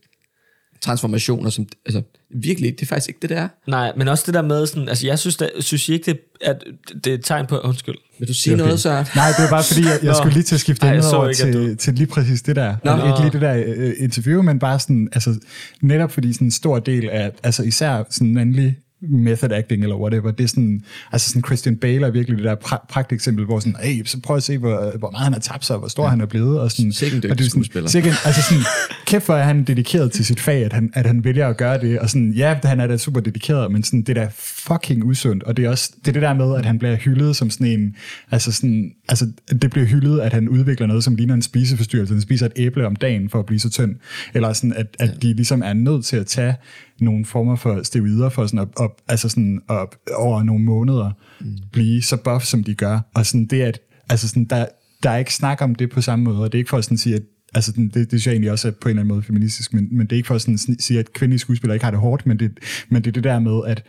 transformationer, som altså, virkelig ikke, det er faktisk ikke det, det er.
Nej, men også det der med, sådan, altså jeg synes, der, synes I ikke, det, at det er et tegn på, undskyld.
Vil du sige okay. noget, Søren?
Nej, det var bare fordi, jeg, jeg
Nå.
skulle lige til at skifte
Ej, jeg
emnet
så
over
ikke, at
til, til lige præcis det der. Nå. Ikke lige det der øh, interview, men bare sådan, altså netop fordi sådan en stor del af, altså især sådan mandlige method acting eller whatever. Det er sådan, altså sådan Christian Bale er virkelig det der pra- pragteksempel, hvor sådan, hey, så prøv at se, hvor, hvor meget han har tabt sig, og hvor stor ja. han er blevet. Og sådan,
Sikke en dygtig
og det er sådan,
skuespiller.
sikke, en- altså sådan, kæft hvor er han dedikeret til sit fag, at han, at han vælger at gøre det. Og sådan, ja, han er da super dedikeret, men sådan, det er da fucking usundt. Og det er også det, er det der med, at han bliver hyldet som sådan en, altså sådan, altså det bliver hyldet, at han udvikler noget, som ligner en spiseforstyrrelse. Han spiser et æble om dagen for at blive så tynd. Eller sådan, at, at de ligesom er nødt til at tage nogle former for steroider for sådan at, at, altså sådan at, over nogle måneder mm. blive så buff, som de gør. Og sådan det, at altså sådan, der, der er ikke snak om det på samme måde, og det er ikke for at sådan sige, at altså sådan, det, det synes jeg egentlig også er på en eller anden måde feministisk, men, men det er ikke for at sådan sn- sige, at kvindelige skuespillere ikke har det hårdt, men det, men det er det der med, at,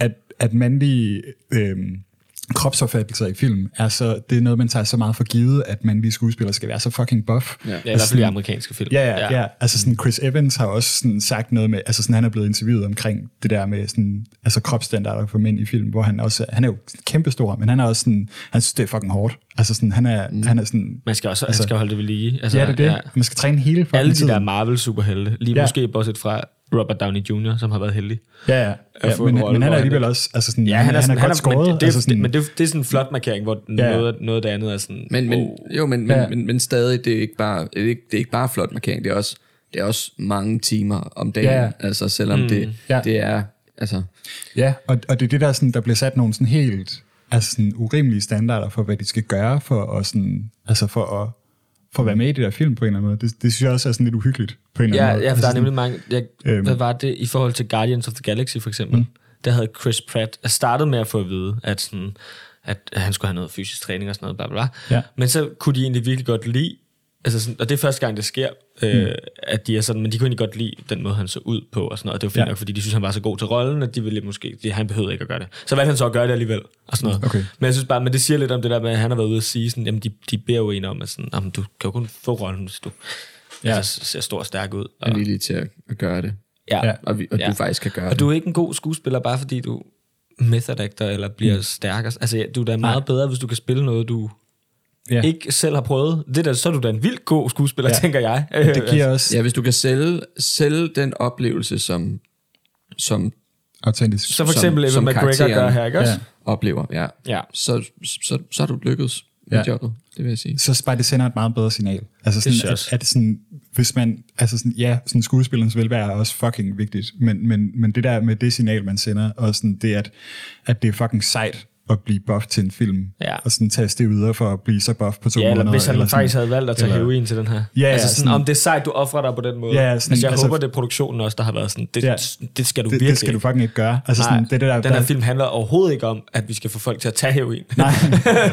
at, at mandlige øh, kropsopfattelser i film, er så, det er noget, man tager så meget for givet, at mandlige skuespillere skal være så fucking buff. Ja,
Ja, i hvert fald i amerikanske film.
Ja, ja, ja. ja. Altså sådan Chris Evans har også sådan sagt noget med, altså sådan han er blevet interviewet omkring det der med sådan, altså kropsstandarder for mænd i film, hvor han også, han er jo kæmpestor, men han er også sådan, han synes det er fucking hårdt. Altså sådan, han er, mm. han er sådan,
Man skal også altså, skal holde det ved lige. Altså,
ja, det er det. Ja. Man skal træne hele fucking
Alle de
tiden.
der Marvel-superhelte, lige
Ja.
ja. måske bortset fra Robert Downey Jr., som har været heldig.
Ja, ja.
at
ja
få
men,
en
han-
rolle,
men han
hvor
er alligevel
han-
også, altså sådan,
Ja,
han, han, er,
sådan-
godt skåret.
Men, det,
altså sådan,
men det, det, er sådan en flot markering, hvor
Ja.
ja. noget, noget af det andet er sådan...
Men, men,
wow.
jo, men, men,
Ja.
ja. men, men, stadig, det er ikke bare, det er ikke, det er ikke bare flot markering, det er også, det er også mange timer om dagen,
Ja.
ja. altså selvom mm. det,
Ja.
ja. det er, altså,
Ja, og, og det er det, der, sådan, der bliver sat nogle sådan helt altså sådan urimelige standarder for, hvad de skal gøre for at, sådan, altså for at, for at være med i det der film på en eller anden måde. Det, det synes jeg også er sådan lidt uhyggeligt på en eller
Ja,
anden måde.
ja for
altså
der er
sådan-
nemlig mange... Jeg,
Øhm.
øhm. Hvad var det i forhold til Guardians of the Galaxy, for eksempel? Mm. Der havde Chris Pratt jeg startede med at få at vide, at, sådan, at han skulle have noget fysisk træning og sådan noget, bla bla bla.
Ja.
Men så kunne de egentlig virkelig godt lide... Altså sådan, og det er første gang, det sker, øh, mm. at de er sådan, men de kunne egentlig godt lide den måde, han så ud på og sådan noget. Og det var fint
Ja.
ja. nok, fordi de synes han var så god til rollen, at de ville måske, de, han behøvede ikke at gøre det. Så valgte han så at gøre det alligevel og sådan noget.
Okay.
Men jeg synes bare, men det siger lidt om det der med, at han har været ude at sige sådan, jamen de, de beder jo en om, at sådan, jamen, du kan jo kun få rollen, hvis du ja. altså, ser stor og stærk ud. Og,
er villige til at, at gøre det,
ja.
Ja.
ja.
og, vi, og ja.
Ja.
du faktisk kan gøre
Og du er ikke en god skuespiller, bare fordi du method actor eller bliver mm. stærkere. Altså, ja, du er da meget Nej. bedre, hvis du kan spille noget, du
Ja.
ja. ikke selv har prøvet. Det der, så er du da en vildt god skuespiller,
Ja.
ja. tænker jeg. [LAUGHS]
Det giver
altså-
også
det. Ja, hvis du kan sælge, sælge den oplevelse, som, som
autentisk.
så for eksempel Evan
som
McGregor
karakteren.
gør her, ikke også?
Ja.
oplever, ja,
Ja.
Så, så, så er du lykkedes med
Ja.
ja. jobbet, det vil jeg sige.
så bare det sender et meget bedre signal. Altså
synes
sådan,
jeg
at,
også.
at sådan, hvis man, altså sådan, ja, sådan skuespillerens velvære er også fucking vigtigt, men, men, men det der med det signal, man sender, og sådan det, at, at det er fucking sejt at blive buff til en film,
Ja.
og sådan tage det videre for at blive så buff på to
Ja,
måneder.
eller hvis han
eller
faktisk havde valgt at tage
eller-
heroin til den her.
Ja, ja,
altså sådan,
sådan-
om det er sejt, du offrer dig på den måde.
Ja, ja, sådan,
sådan, altså, jeg
altså-
altså, håber, det er produktionen også, der har været sådan, det,
Ja.
ja, det skal du
det,
virkelig
det skal du
ikke.
fucking ikke gøre. Altså sådan,
Nej,
det, er det der,
den her film handler overhovedet ikke om, at vi skal få folk til at tage heroin.
[LAUGHS] Nej,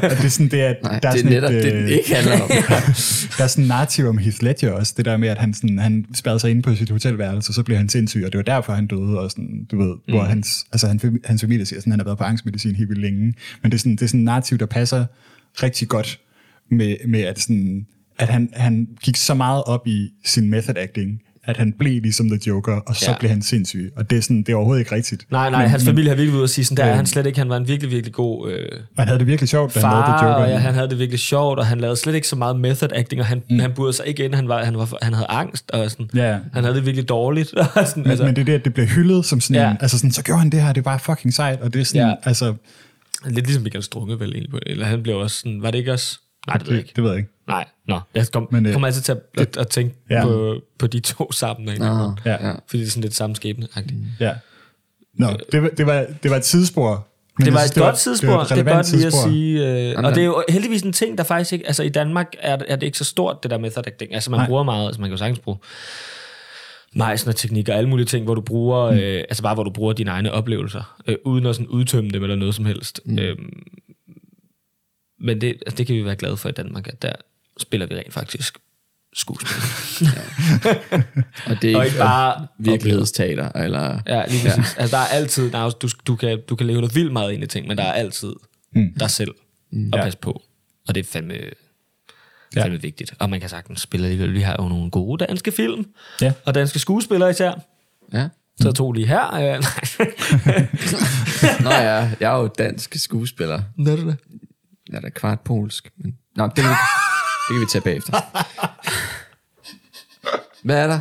og det er sådan, det er,
Nej,
der er
det er
sådan
netop
et,
det,
øh,
den ikke handler
[LAUGHS]
om.
Der er sådan en narrativ om Heath Ledger også, det der med, at han, sådan, han spærrede sig inde på sit hotelværelse, og så blev han sindssyg, og det var derfor, han døde, og sådan, du ved, mm. hvor hans, altså, han, hans familie siger, sådan, han har været på angstmedicin helt vildt længe, men det er sådan, det er sådan en narrativ, der passer rigtig godt med, med at, sådan, at han, han gik så meget op i sin method acting, at han blev ligesom The Joker, og så ja.
Ja.
blev han sindssyg, og det er, sådan, det er overhovedet ikke
[LAUGHS]
rigtigt.
Nej, nej,
men,
hans
men-
familie har virkelig været ude at sige sådan, der er han slet ikke, han var en virkelig, virkelig god... Øh,
og han havde det virkelig sjovt, da han lavede The
far,
Joker.
og ja, han havde det virkelig sjovt, og han lavede slet ikke så meget method acting, og han, mm. han burde sig ikke ind, han, var, han, var, han havde angst, og sådan,
Ja.
han havde det virkelig dårligt. [LAUGHS] Og sådan, altså,
Men, altså, men det er det, at det bliver hyldet som sådan ja.
Ja.
en, altså sådan, så gjorde han det her, det var fucking sejt, og det er sådan, ja.
Ja.
altså,
Lidt ligesom Michael Strunge vel egentlig, på, eller han blev også sådan, var det ikke også... Nej, det ved jeg ikke.
det ved jeg ikke.
Nej, nå. Jeg kom,
Men,
men,
øh,
øh, kommer altid til at, at, at tænke
Ja.
ja. på, på de to sammenhænge.
Nå,
Ja.
ja.
Fordi det er sådan lidt samme skæbne mm.
Ja. Nå, det, var- det, var, det var et sidespor. Men
Øh. altså, Det
jeg
var et godt
synes, et
tidsspor, det, det er
relevant
godt lige at
tidsspor.
sige. Øh,
Jamen,
og det er jo heldigvis en ting, der faktisk ikke... Altså i Danmark er, det- er det ikke så stort, det der method acting. Altså man
Nej.
Nej. bruger meget, altså man kan jo sagtens bruge mejsen og teknik og alle mulige ting, hvor du bruger, mm. øh, altså bare hvor du bruger dine egne oplevelser, øh, uden at sådan udtømme dem eller noget som helst. Mm. Øhm, men det, altså, det kan vi være glade for i Danmark, at der spiller vi rent faktisk skuespil.
Og det er
Og
ikke
ikke bare
bare virkelighedsteater, eller...
Ja, lige præcis. Ja. Altså, der er altid, der er, også- du, du, kan, du kan leve dig vildt meget ind i ting, men der er altid mm. dig selv mm. at
Ja.
passe på. Og det er fandme, ja. fandme vigtigt. Og man kan sagtens spille alligevel. Vi har jo nogle gode danske film,
Ja. Mm.
og danske skuespillere især.
Ja.
Så to lige her. Øh,
[LAUGHS]
nej.
Nå ja, jeg er jo dansk skuespiller.
Nå, det er det.
Jeg er da kvart polsk, men... Nå, det kan, vi, det kan vi tage bagefter. Hvad er der?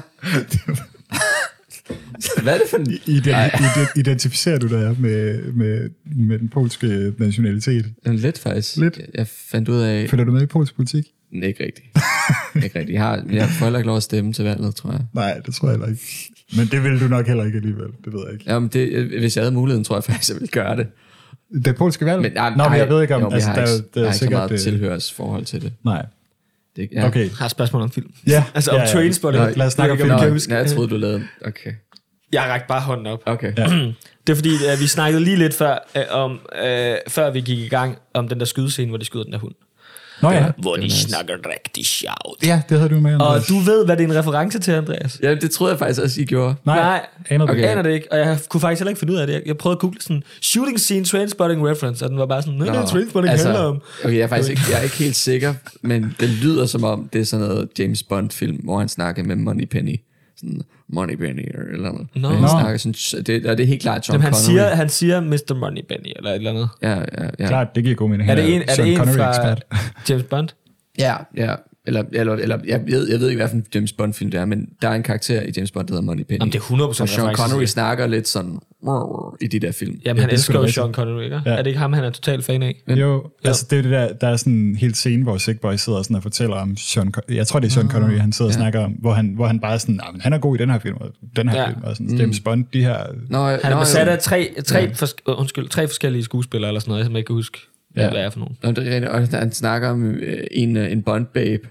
Hvad er det for en...
Ident, ident, identificerer du dig med, med, med den polske nationalitet?
Jamen, Lidt faktisk.
Lidt.
Jeg- Jeg fandt ud af...
Følger du med i polsk politik?
Nej, ikke rigtigt. ikke rigtigt. Jeg, har, jeg får heller ikke lov at stemme til valget, tror jeg.
Nej, det tror jeg heller ikke. Men det vil du nok heller ikke alligevel, det ved jeg ikke.
Jamen, det, øh, hvis jeg havde muligheden, tror jeg faktisk, jeg ville gøre det.
Det polske valg?
Men, nej,
Nå, men jeg
nej,
ved ikke om...
jo, men
altså,
jeg
der,
har
er jo-
ikke, jeg
der er
har ikke så
sikkert...
meget
øh,
tilhørsforhold til det.
Nej,
det ja.
okay.
Jeg har et spørgsmål om film.
Ja,
Altså
ja,
om
ja.
Trainspotting.
Nå, lad os snakke om
Nå,
film.
Kan
jeg,
jeg huske-
jeg troede, du lavede... Okay.
Jeg rakte bare hånden op.
Okay.
[CLEARS THROAT]
Ja.
Ja.
Det er fordi, at vi snakkede lige lidt før, øh, om, øh, før vi gik i gang, om den der skydescene, hvor de skyder den der hund.
Nå ja,
Hvor de
nice.
snakker rigtig sjovt.
ja det havde du med,
Og
Andreas.
du ved, hvad det er en reference til, Andreas.
ja, det troede jeg faktisk også, I gjorde.
Nej,
Nej.
aner du
Okay.
ikke.
Jeg aner det ikke, og jeg kunne faktisk heller ikke finde ud af det. Jeg- Jeg prøvede at google sådan, shooting scene, trainspotting reference, og den var bare sådan, nej, det er trainspotting altså, handler om.
Okay, jeg er faktisk ikke, jeg er ikke helt sikker, men det lyder som om, det er sådan noget James Bond-film, hvor han snakker med Moneypenny. Sådan Moneypenny eller et eller andet.
Nå.
No. Han
Nå.
snakker sådan, det, og det er helt klart John
Jamen, han,
Connery.
siger, han siger Mr. Money Benny, eller et eller andet.
Ja, ja, ja.
Klart, det giver god mening.
Er
Han
det en, er
Sean
det en
Connery
fra
ekspert.
James Bond?
Ja, ja. Eller, eller, eller jeg, ved, jeg ved ikke, hvilken James Bond-film det er, men der er en karakter i James Bond, der hedder Moneypenny.
Jamen, det er 100%
Og Sean
reference til
Connery
det.
snakker lidt sådan i de der film.
Jamen, ja, han
det er sgu
elsker jo
da
Sean Connery, ikke? Ja. Er det ikke ham, han er total fan af?
Jo, altså det er jo det der, der er sådan en helt scene, hvor Sick Boy sidder sådan og fortæller om Sean Con- jeg tror det er
Ah,
Sean Connery, han sidder og snakker om, hvor han, hvor han bare er sådan, "Nå, men han er god i den her film, og den her
Ja.
ja. film, og sådan, mm. James Bond, de her,
Nå,
Han er
nå,
besat
jo.
af tre, tre, ja. fors, øh, undskyld, tre forskellige skuespillere, eller sådan noget, som jeg ikke kan huske, ja. hvad er for nogen.
Nå, det er rigtigt. Og han snakker om øh, en, øh, en Bond-babe,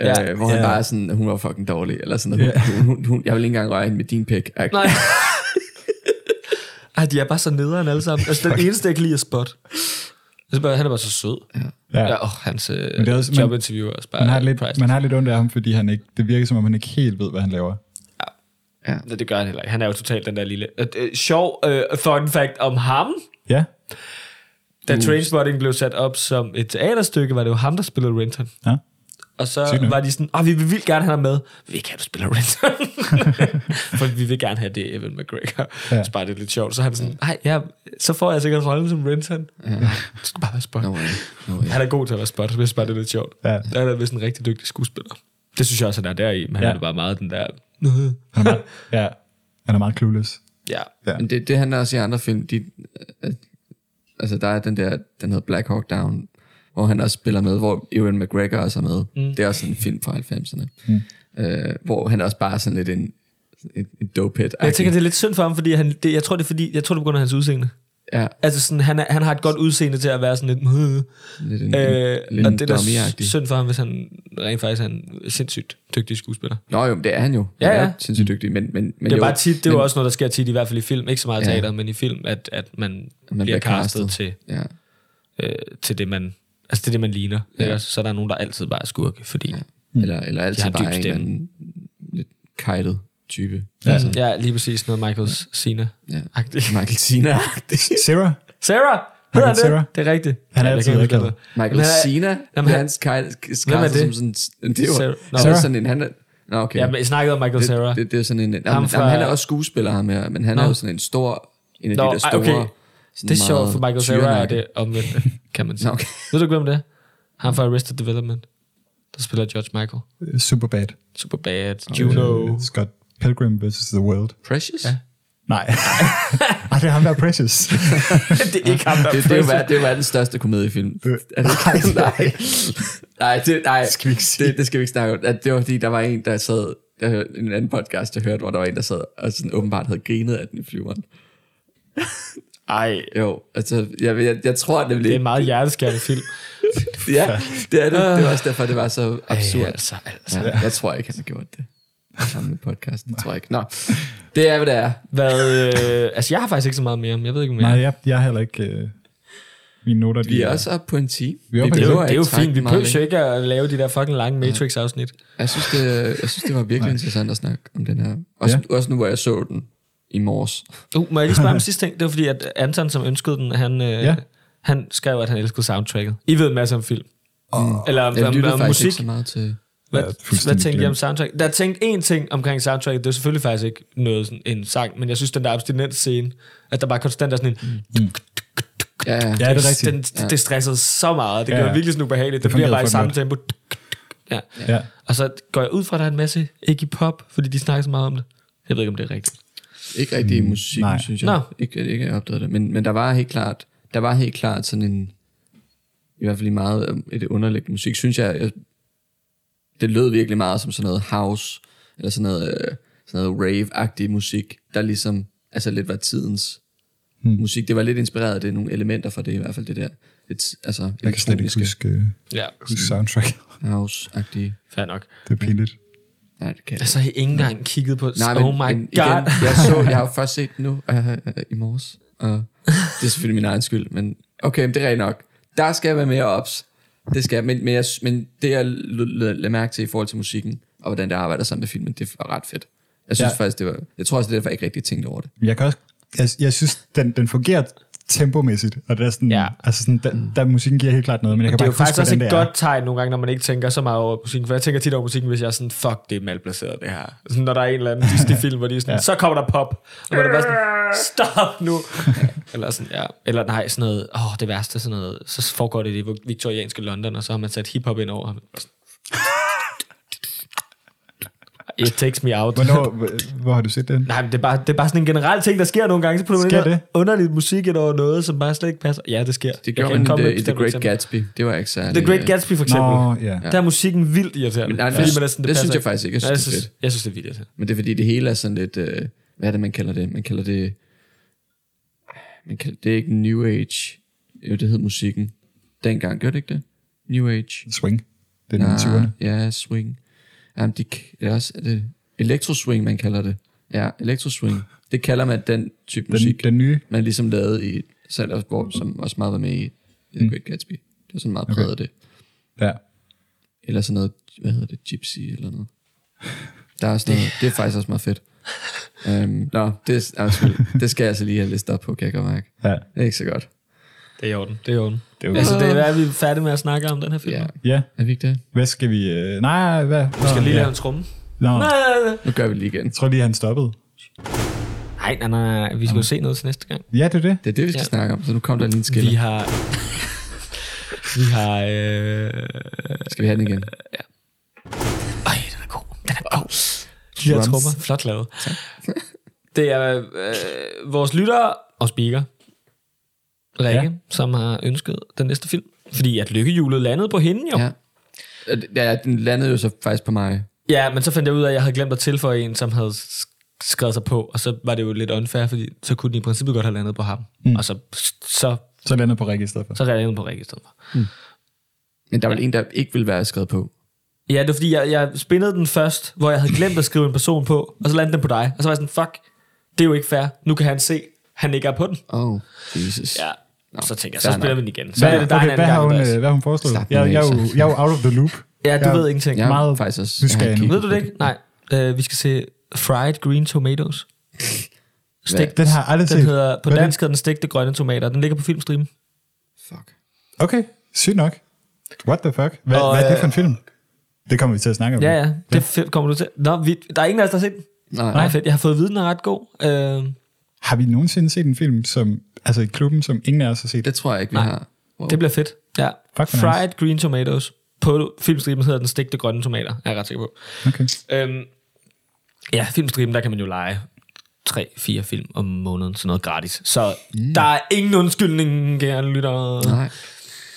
Ja.
ja, øh, hvor han
Ja.
bare er sådan, hun var fucking dårlig, eller sådan noget. Hun, hun, hun, hun, jeg vil ikke engang røre hende med din pik. Ej,
Nej. [LAUGHS] Ej, de er bare så nederen alle sammen. Altså, den eneste, jeg kan lide, er Spot. Altså, bare, han er bare så sød.
ja.
Ja,
ja.
ja og hans
Men det
øh,
er også- man-
jobinterview er også bare
Man har, lidt,
priceless.
man har lidt ondt af ham, fordi han ikke, det virker som om, han ikke helt ved, hvad han laver.
Nej, det gør han heller ikke. Han er jo totalt den der lille... Øh, øh, sjov øh, fun fact om ham.
Ja,
Da
Mm.
Trainspotting blev sat op som et teaterstykke, var det jo ham, der spillede Renton.
ja.
Og så
Sygt nok.
var de sådan, åh, vi vil vildt gerne have ham med. Vi vil ikke have, du spiller Renton. [LAUGHS] For vi vil gerne have det, Evan McGregor.
Ja.
Ja. Så bare det er lidt sjovt. Så han sådan, nej, ja, så får jeg sikkert rollen som Renton. [LAUGHS] Ja. Det skal bare være spot.
No way. No way.
Han er god til at være spot, hvis bare det er lidt sjovt.
Ja.
Han er vist en rigtig dygtig skuespiller. Det synes jeg også, han er der i, men han
Ja.
ja. er bare meget den der...
Han er meget, ja. Han er meget clueless.
Ja,
Men det, det handler også i andre film. De, øh, altså, der er den der, den hedder Black Hawk Down, hvor han også spiller med, hvor Ewan McGregor også er med. Mm. Det er også en film fra 90'erne. Mm. Øh, hvor han også bare er sådan lidt en, en, en dopehead.
Jeg tænker, det er lidt synd for ham, fordi han, det, jeg tror, det er fordi, jeg tror, det er på grund af hans udseende.
Ja,
Altså sådan, han, er, han har et godt udseende til at være sådan lidt... Øh,
lidt en, øh, en,
øh,
lidt
og
en
det er da
dummy-agtig.
synd for ham, hvis han rent faktisk er en sindssygt dygtig skuespiller.
Nå jo, men det er han jo. Han
Ja,
er
ja.
sindssygt dygtig, men, men, men
Det er
jo,
bare tit, det er jo også noget, der sker tit, i hvert fald i film. Ikke så meget
Ja.
teater, men i film, at, at man, man bliver
bliver
castet,
castet.
til,
Ja.
øh, til det, man... Altså det er det, man ligner. Ja. Så er der nogen, der altid bare er skurke, fordi... Ja.
Eller, eller
De har
altid
en
bare
dyb
en eller
stemme.
anden lidt kajtet type.
Altså. ja, lige præcis noget Michael Cena.
Ja.
Agtig.
Michael Cena.
Sarah?
Sarah! Hedder han det?
Sarah?
Det er rigtigt.
Han er
Ja, jeg
altid
kan ikke
akavet.
huske, hvad han
Michael
hedder.
Cena.
han-
Jamen, hans kajtet
det?
som sådan... Det er jo
Sarah- Nå.
han er
Sarah?
sådan en... Han er, Nå, okay.
Ja, men jeg snakkede om Michael Sarah.
det, det, det, er sådan en... Jamen, jamen,
fra-
han er også skuespiller, ham her, men han er jo sådan en stor... En af
Nå,
de der
ej,
store...
okay.
sådan
Det er sjovt,
meget
for Michael Cera er
tyrenagtige-
det omvendt, kan man sige.
Nå, okay.
Ved du ikke, hvem det er? Han fra Arrested Development, der spiller George Michael.
Superbad.
Superbad, Juno.
Øh, Scott Pilgrim vs. The World.
Precious?
Ja.
Nej. [LAUGHS] Ej, det er ham, der er Precious.
[LAUGHS] det er ikke ham, der
Det, det, er jo, ver- det er jo verdens største komediefilm.
Øh,
Er det ikke? nej, nej, det, nej.
Skal vi ikke sige.
Det, det skal vi ikke snakke om. At det var fordi, der var en, der sad, der hørte en anden podcast, jeg hørte, hvor der var en, der sad og sådan åbenbart havde grinet af den i flyveren.
Ej,
Jo, altså, jeg, jeg, jeg tror nemlig...
det er en meget hjerteskærende film.
ja, det er det. Det var også derfor, det var så absurd.
Ej, altså, altså.
Ja, jeg tror ikke, han har gjort det. Sammen med podcasten, tror jeg ikke. Nå, det er, hvad det er.
Hvad, øh, altså, jeg har faktisk ikke så meget mere om. Jeg ved ikke mere.
Nej, jeg, jeg er heller ikke... Øh, mine noter, de
Vi er også oppe på en 10.
Vi er oppe på en
det er jo,
behøver
det er jo
ikke trække
fint. Vi
den meget
behøver jo
længere.
ikke at lave de der fucking lange Matrix-afsnit.
Jeg synes, det, jeg synes, det var virkelig interessant at snakke om den her. Også, ja. også nu, hvor jeg så den i morges.
Uh, må jeg lige spørge om sidste ting? Det var fordi, at Anton, som ønskede den, han, øh,
Ja.
han skrev, at han elskede soundtracket. I ved en masse om film. Oh, Eller om,
Jeg
om,
lytter
om, om
faktisk musik.
musik.
ikke så meget til...
Hvad,
Ja,
hvad
fuldstændig
tænkte I om
glemt.
soundtrack? Der tænkte én ting omkring soundtracket, det er selvfølgelig faktisk ikke noget sådan en sang, men jeg synes, den der abstinens scene, at der bare konstant er sådan en...
Ja, ja.
Ja, det Mm, er rigtigt.
Den, ja. Det stressede så meget, det
Ja,
ja,
ja.
gør virkelig sådan ubehageligt.
Det
Det, det bliver
fungerede
bare i
for
samme
den
tempo. Ja.
Ja.
Og så går jeg ud fra, at der er en masse ikke i pop, fordi de snakker så meget om det. Jeg ved ikke, om det er rigtigt.
Ikke rigtig i musikken,
Mm, nej.
synes jeg.
Nå.
Ikke, ikke jeg opdagede det. Men, men der var helt klart, der var helt klart sådan en, i hvert fald i meget øhm, i det underliggende musik, synes jeg, jeg, det lød virkelig meget som sådan noget house, eller sådan noget, øh, sådan noget rave-agtig musik, der ligesom, altså lidt var tidens hmm. musik. Det var lidt inspireret af det, nogle elementer fra det i hvert fald, det der, et, altså
Jeg kan slet ikke
elektroniske
huske, øh,
Ja,
huske soundtrack.
house-agtige.
fair nok.
Det er pinligt.
Nej, det kan jeg
Altså, jeg har ikke engang kigget på... Nej, men, oh my
men
god.
Igen, jeg så, jeg har jo først set den nu øh, øh, i morges, og det er selvfølgelig min egen skyld, men okay, men det er rigtigt nok. Der skal jeg være mere ops. Det skal jeg, men, men, jeg, men det jeg lader mærke til i forhold til musikken, og hvordan det arbejder sammen med filmen, det var ret fedt. Jeg synes ja.
Ja.
faktisk, det var, jeg tror også, det er derfor, jeg ikke rigtig tænkte over det.
Jeg kan også, jeg, jeg synes, den, den fungerer tempomæssigt, og det er sådan, ja.
Ja.
altså sådan, der, der, musikken giver helt klart noget, men jeg kan
Det er
bare
jo
ikke huske,
faktisk også
hvordan
et
det er.
godt tegn nogle gange, når man ikke tænker så meget over musikken. For jeg tænker tit over musikken, hvis jeg er sådan, fuck, det er malplaceret det her. Sådan, når der er en eller anden
[LAUGHS]
Disney-film, hvor de er sådan, ja. så kommer der pop. Og hvor der bare sådan, stop nu. [LAUGHS] eller sådan, ja. Eller nej, sådan noget, åh, det værste, sådan noget. Så foregår det i det viktorianske London, og så har man sat hiphop ind over. [LAUGHS] It takes me out.
Hvornår, hvor- hvor har du set den?
[LAUGHS] Nej, men det er, bare, det er bare sådan en generel ting, der sker nogle gange. Så putter man
Sker
noget
det?
underligt musik ind over noget, som bare slet ikke passer. Ja, det sker. Jeg
Det gjorde
kan
man
komme
i,
med
The,
et
i The
bestemt
Great
eksempel.
Gatsby. Det var ikke særlig... øh,
The Great Gatsby for eksempel.
Nå, ja.
Der er musikken vildt irriterende.
nej,
fordi
det-
man er sådan,
det synes
passer
jeg faktisk ikke, jeg
Nej,
synes, det er
jeg, synes, jeg synes, det er vildt irriterende.
Men det er fordi, det hele er sådan lidt... Øh, hvad er det, man kalder det? Man kalder det... Man kalder, det er ikke New Age. Jo, det hed musikken. Dengang, gjorde det ikke det? New Age.
Swing. Den
Ah,
er 20'erne.
ja, swing. Jamen, de, det er også er det elektroswing, man kalder det. Ja, elektroswing. Det kalder man den type den,
Den,
musik, den.
den nye.
man ligesom lavede i selv, også, hvor, som også meget var med i, i The Great Gatsby. Det var sådan meget præget af det.
Ja.
Eller sådan noget, hvad hedder det, gypsy eller noget. Der er sådan noget, det er faktisk også meget fedt. Um, nå, det, undskyld, det skal jeg altså lige have listet op på, kan jeg godt mærke.
Ja.
Det er ikke så godt.
Det er i orden. Det er i orden.
Det er jo-
Altså, det er, hvad er vi færdige med at snakke om den her film?
Ja,
ja.
er vi ikke det?
Hvad skal vi... Øh, nej, hvad?
Vi skal lige
ja.
lave en tromme.
Nå,
Nu gør vi det lige igen.
jeg tror lige, han stoppede.
Nej, nej, nej, nej. Vi skal jo se noget til næste gang.
Ja, det er det.
Det er det, vi skal ja.
Ja.
snakke om, så nu kom der lige en
Vi
skiller.
har... [LAUGHS] vi har... Øh...
Skal vi have den igen?
Ej, den er god. Den er god. De her
Drums.
trommer. Flot lavet. [LAUGHS] Det er øh, vores lyttere og speaker, Rikke,
Ja.
ja. som har ønsket den næste film. Fordi at lykkehjulet landede på hende jo.
Ja. Ja, den landede jo så faktisk på mig.
Ja, men så fandt jeg ud af, at jeg havde glemt at tilføje en, som havde sk- skrevet sig på, og så var det jo lidt unfair, fordi så kunne den i princippet godt have landet på ham. Mm. Og så, så,
Så lander på Rikke i stedet for.
så reagerede den på Rikke i stedet for.
Men der var en, der ikke ville være skrevet på.
Ja, det var fordi, jeg, jeg spillede den først, hvor jeg havde glemt at skrive en person på, og så landede den på dig. Og så var jeg sådan, fuck, det er jo ikke fair. Nu kan han se, han ikke er på den.
Oh, Jesus.
Ja,
Nå,
og så tænker jeg,
fair
så
nok.
spiller vi den igen. Så
Hvad,
er det dig en
okay, hvad,
anden
har
gang,
hun, øh,
Andreas.
hvad har hun foreslået?
Slap nu
Jeg,
af,
jeg, er jo,
så.
jeg er jo out of the loop.
Ja, du
Jeg-
ved ingenting.
Jeg er
Meget
faktisk også...
nysgerrig
jeg har
nu.
kigget
Ved
på
du det ikke? Nej, øh, vi skal se Fried Green Tomatoes. Stik.
Den har jeg aldrig
Den
set.
hedder, på
Hvad er det?
dansk hedder den stegte grønne tomater. Den ligger på filmstream.
Fuck.
Okay, sygt nok. What the fuck? Hvad,
Og,
hvad er det
øh,
for en film? Det kommer vi til at snakke om.
Ja, ja. Det er fedt, kommer du til. Nå, vi, der er ingen af os, der har set den.
Nej,
Nej, fedt. Jeg har fået viden, den er ret god. Øh,
Har vi nogensinde set en film, som, altså i klubben, som ingen af os har set?
det tror jeg ikke, vi
Nej.
har. Wow.
det bliver fedt. Ja.
hvor nice.
Fried Green Tomatoes. På filmstriben hedder den stegte grønne tomater, er jeg ret sikker på.
Okay.
Øhm, ja, filmstriben, der kan man jo lege 3-4 film om måneden, sådan noget gratis. Så mm. der er ingen undskyldning, kære lytter.
Nej.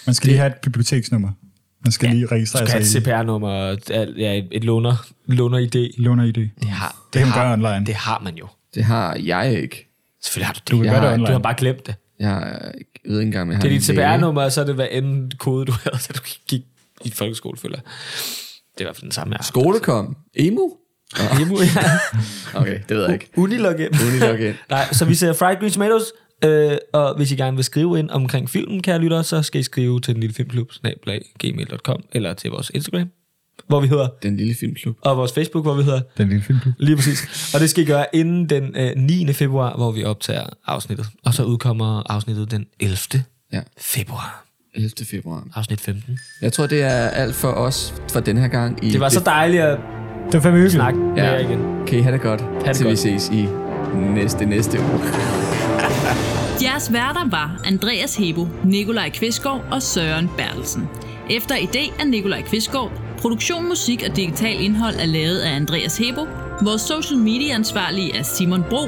Man skal lige have et biblioteksnummer. Man skal ja, lige registrere
Du skal have et
sig altså, i
CPR-nummer, et- ja, et- et låner, låner-ID. Det,
låner-ID.
har, det,
kan man
har,
gøre online.
Det har man jo.
Det har jeg ikke.
Selvfølgelig har du det.
Du kan gøre det
du
online.
har bare glemt det.
Jeg ved ikke engang, om jeg har
Det er dit
en læge.
CPR-nummer, og så er det hver anden kode, du havde, [LAUGHS] da du gik i folkeskole, føler jeg. Det er i hvert fald den samme, jeg har.
Skolekom. Emu?
[LAUGHS] Hjemme, ja.
Okay, det ved jeg ikke.
[LAUGHS] Unilogin.
Unilogin.
[LAUGHS] Nej, så vi ser Fried Green Tomatoes, øh, og hvis I gerne vil skrive ind omkring filmen, kære lytter, så skal I skrive til den lille filmklub, snablag, gmail.com, eller til vores Instagram, hvor vi hedder,
Den lille filmklub.
og vores Facebook, hvor vi hedder,
Den lille filmklub.
Lige præcis. Og det skal I gøre inden den øh, 9. februar, hvor vi optager afsnittet. Og så udkommer afsnittet den 11.
Ja,
februar.
11. februar.
Afsnit 15.
Jeg tror, det er alt for os for den her gang. I
Det var så dejligt at
Det var fandme hyggeligt.
snakke med
Ja.
jer igen.
Kan I have det godt,
det
til vi
godt.
ses i næste, næste uge.
Jeres værter var Andreas Hebo, Nikolaj Kvistgaard og Søren Bertelsen. Efter idé af Nikolaj Kvistgaard, produktion, musik og digital indhold er lavet af Andreas Hebo, Vores social media ansvarlige er Simon Bro.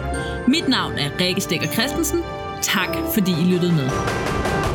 Mit navn er Rikke Stikker Christensen. Tak fordi I lyttede med.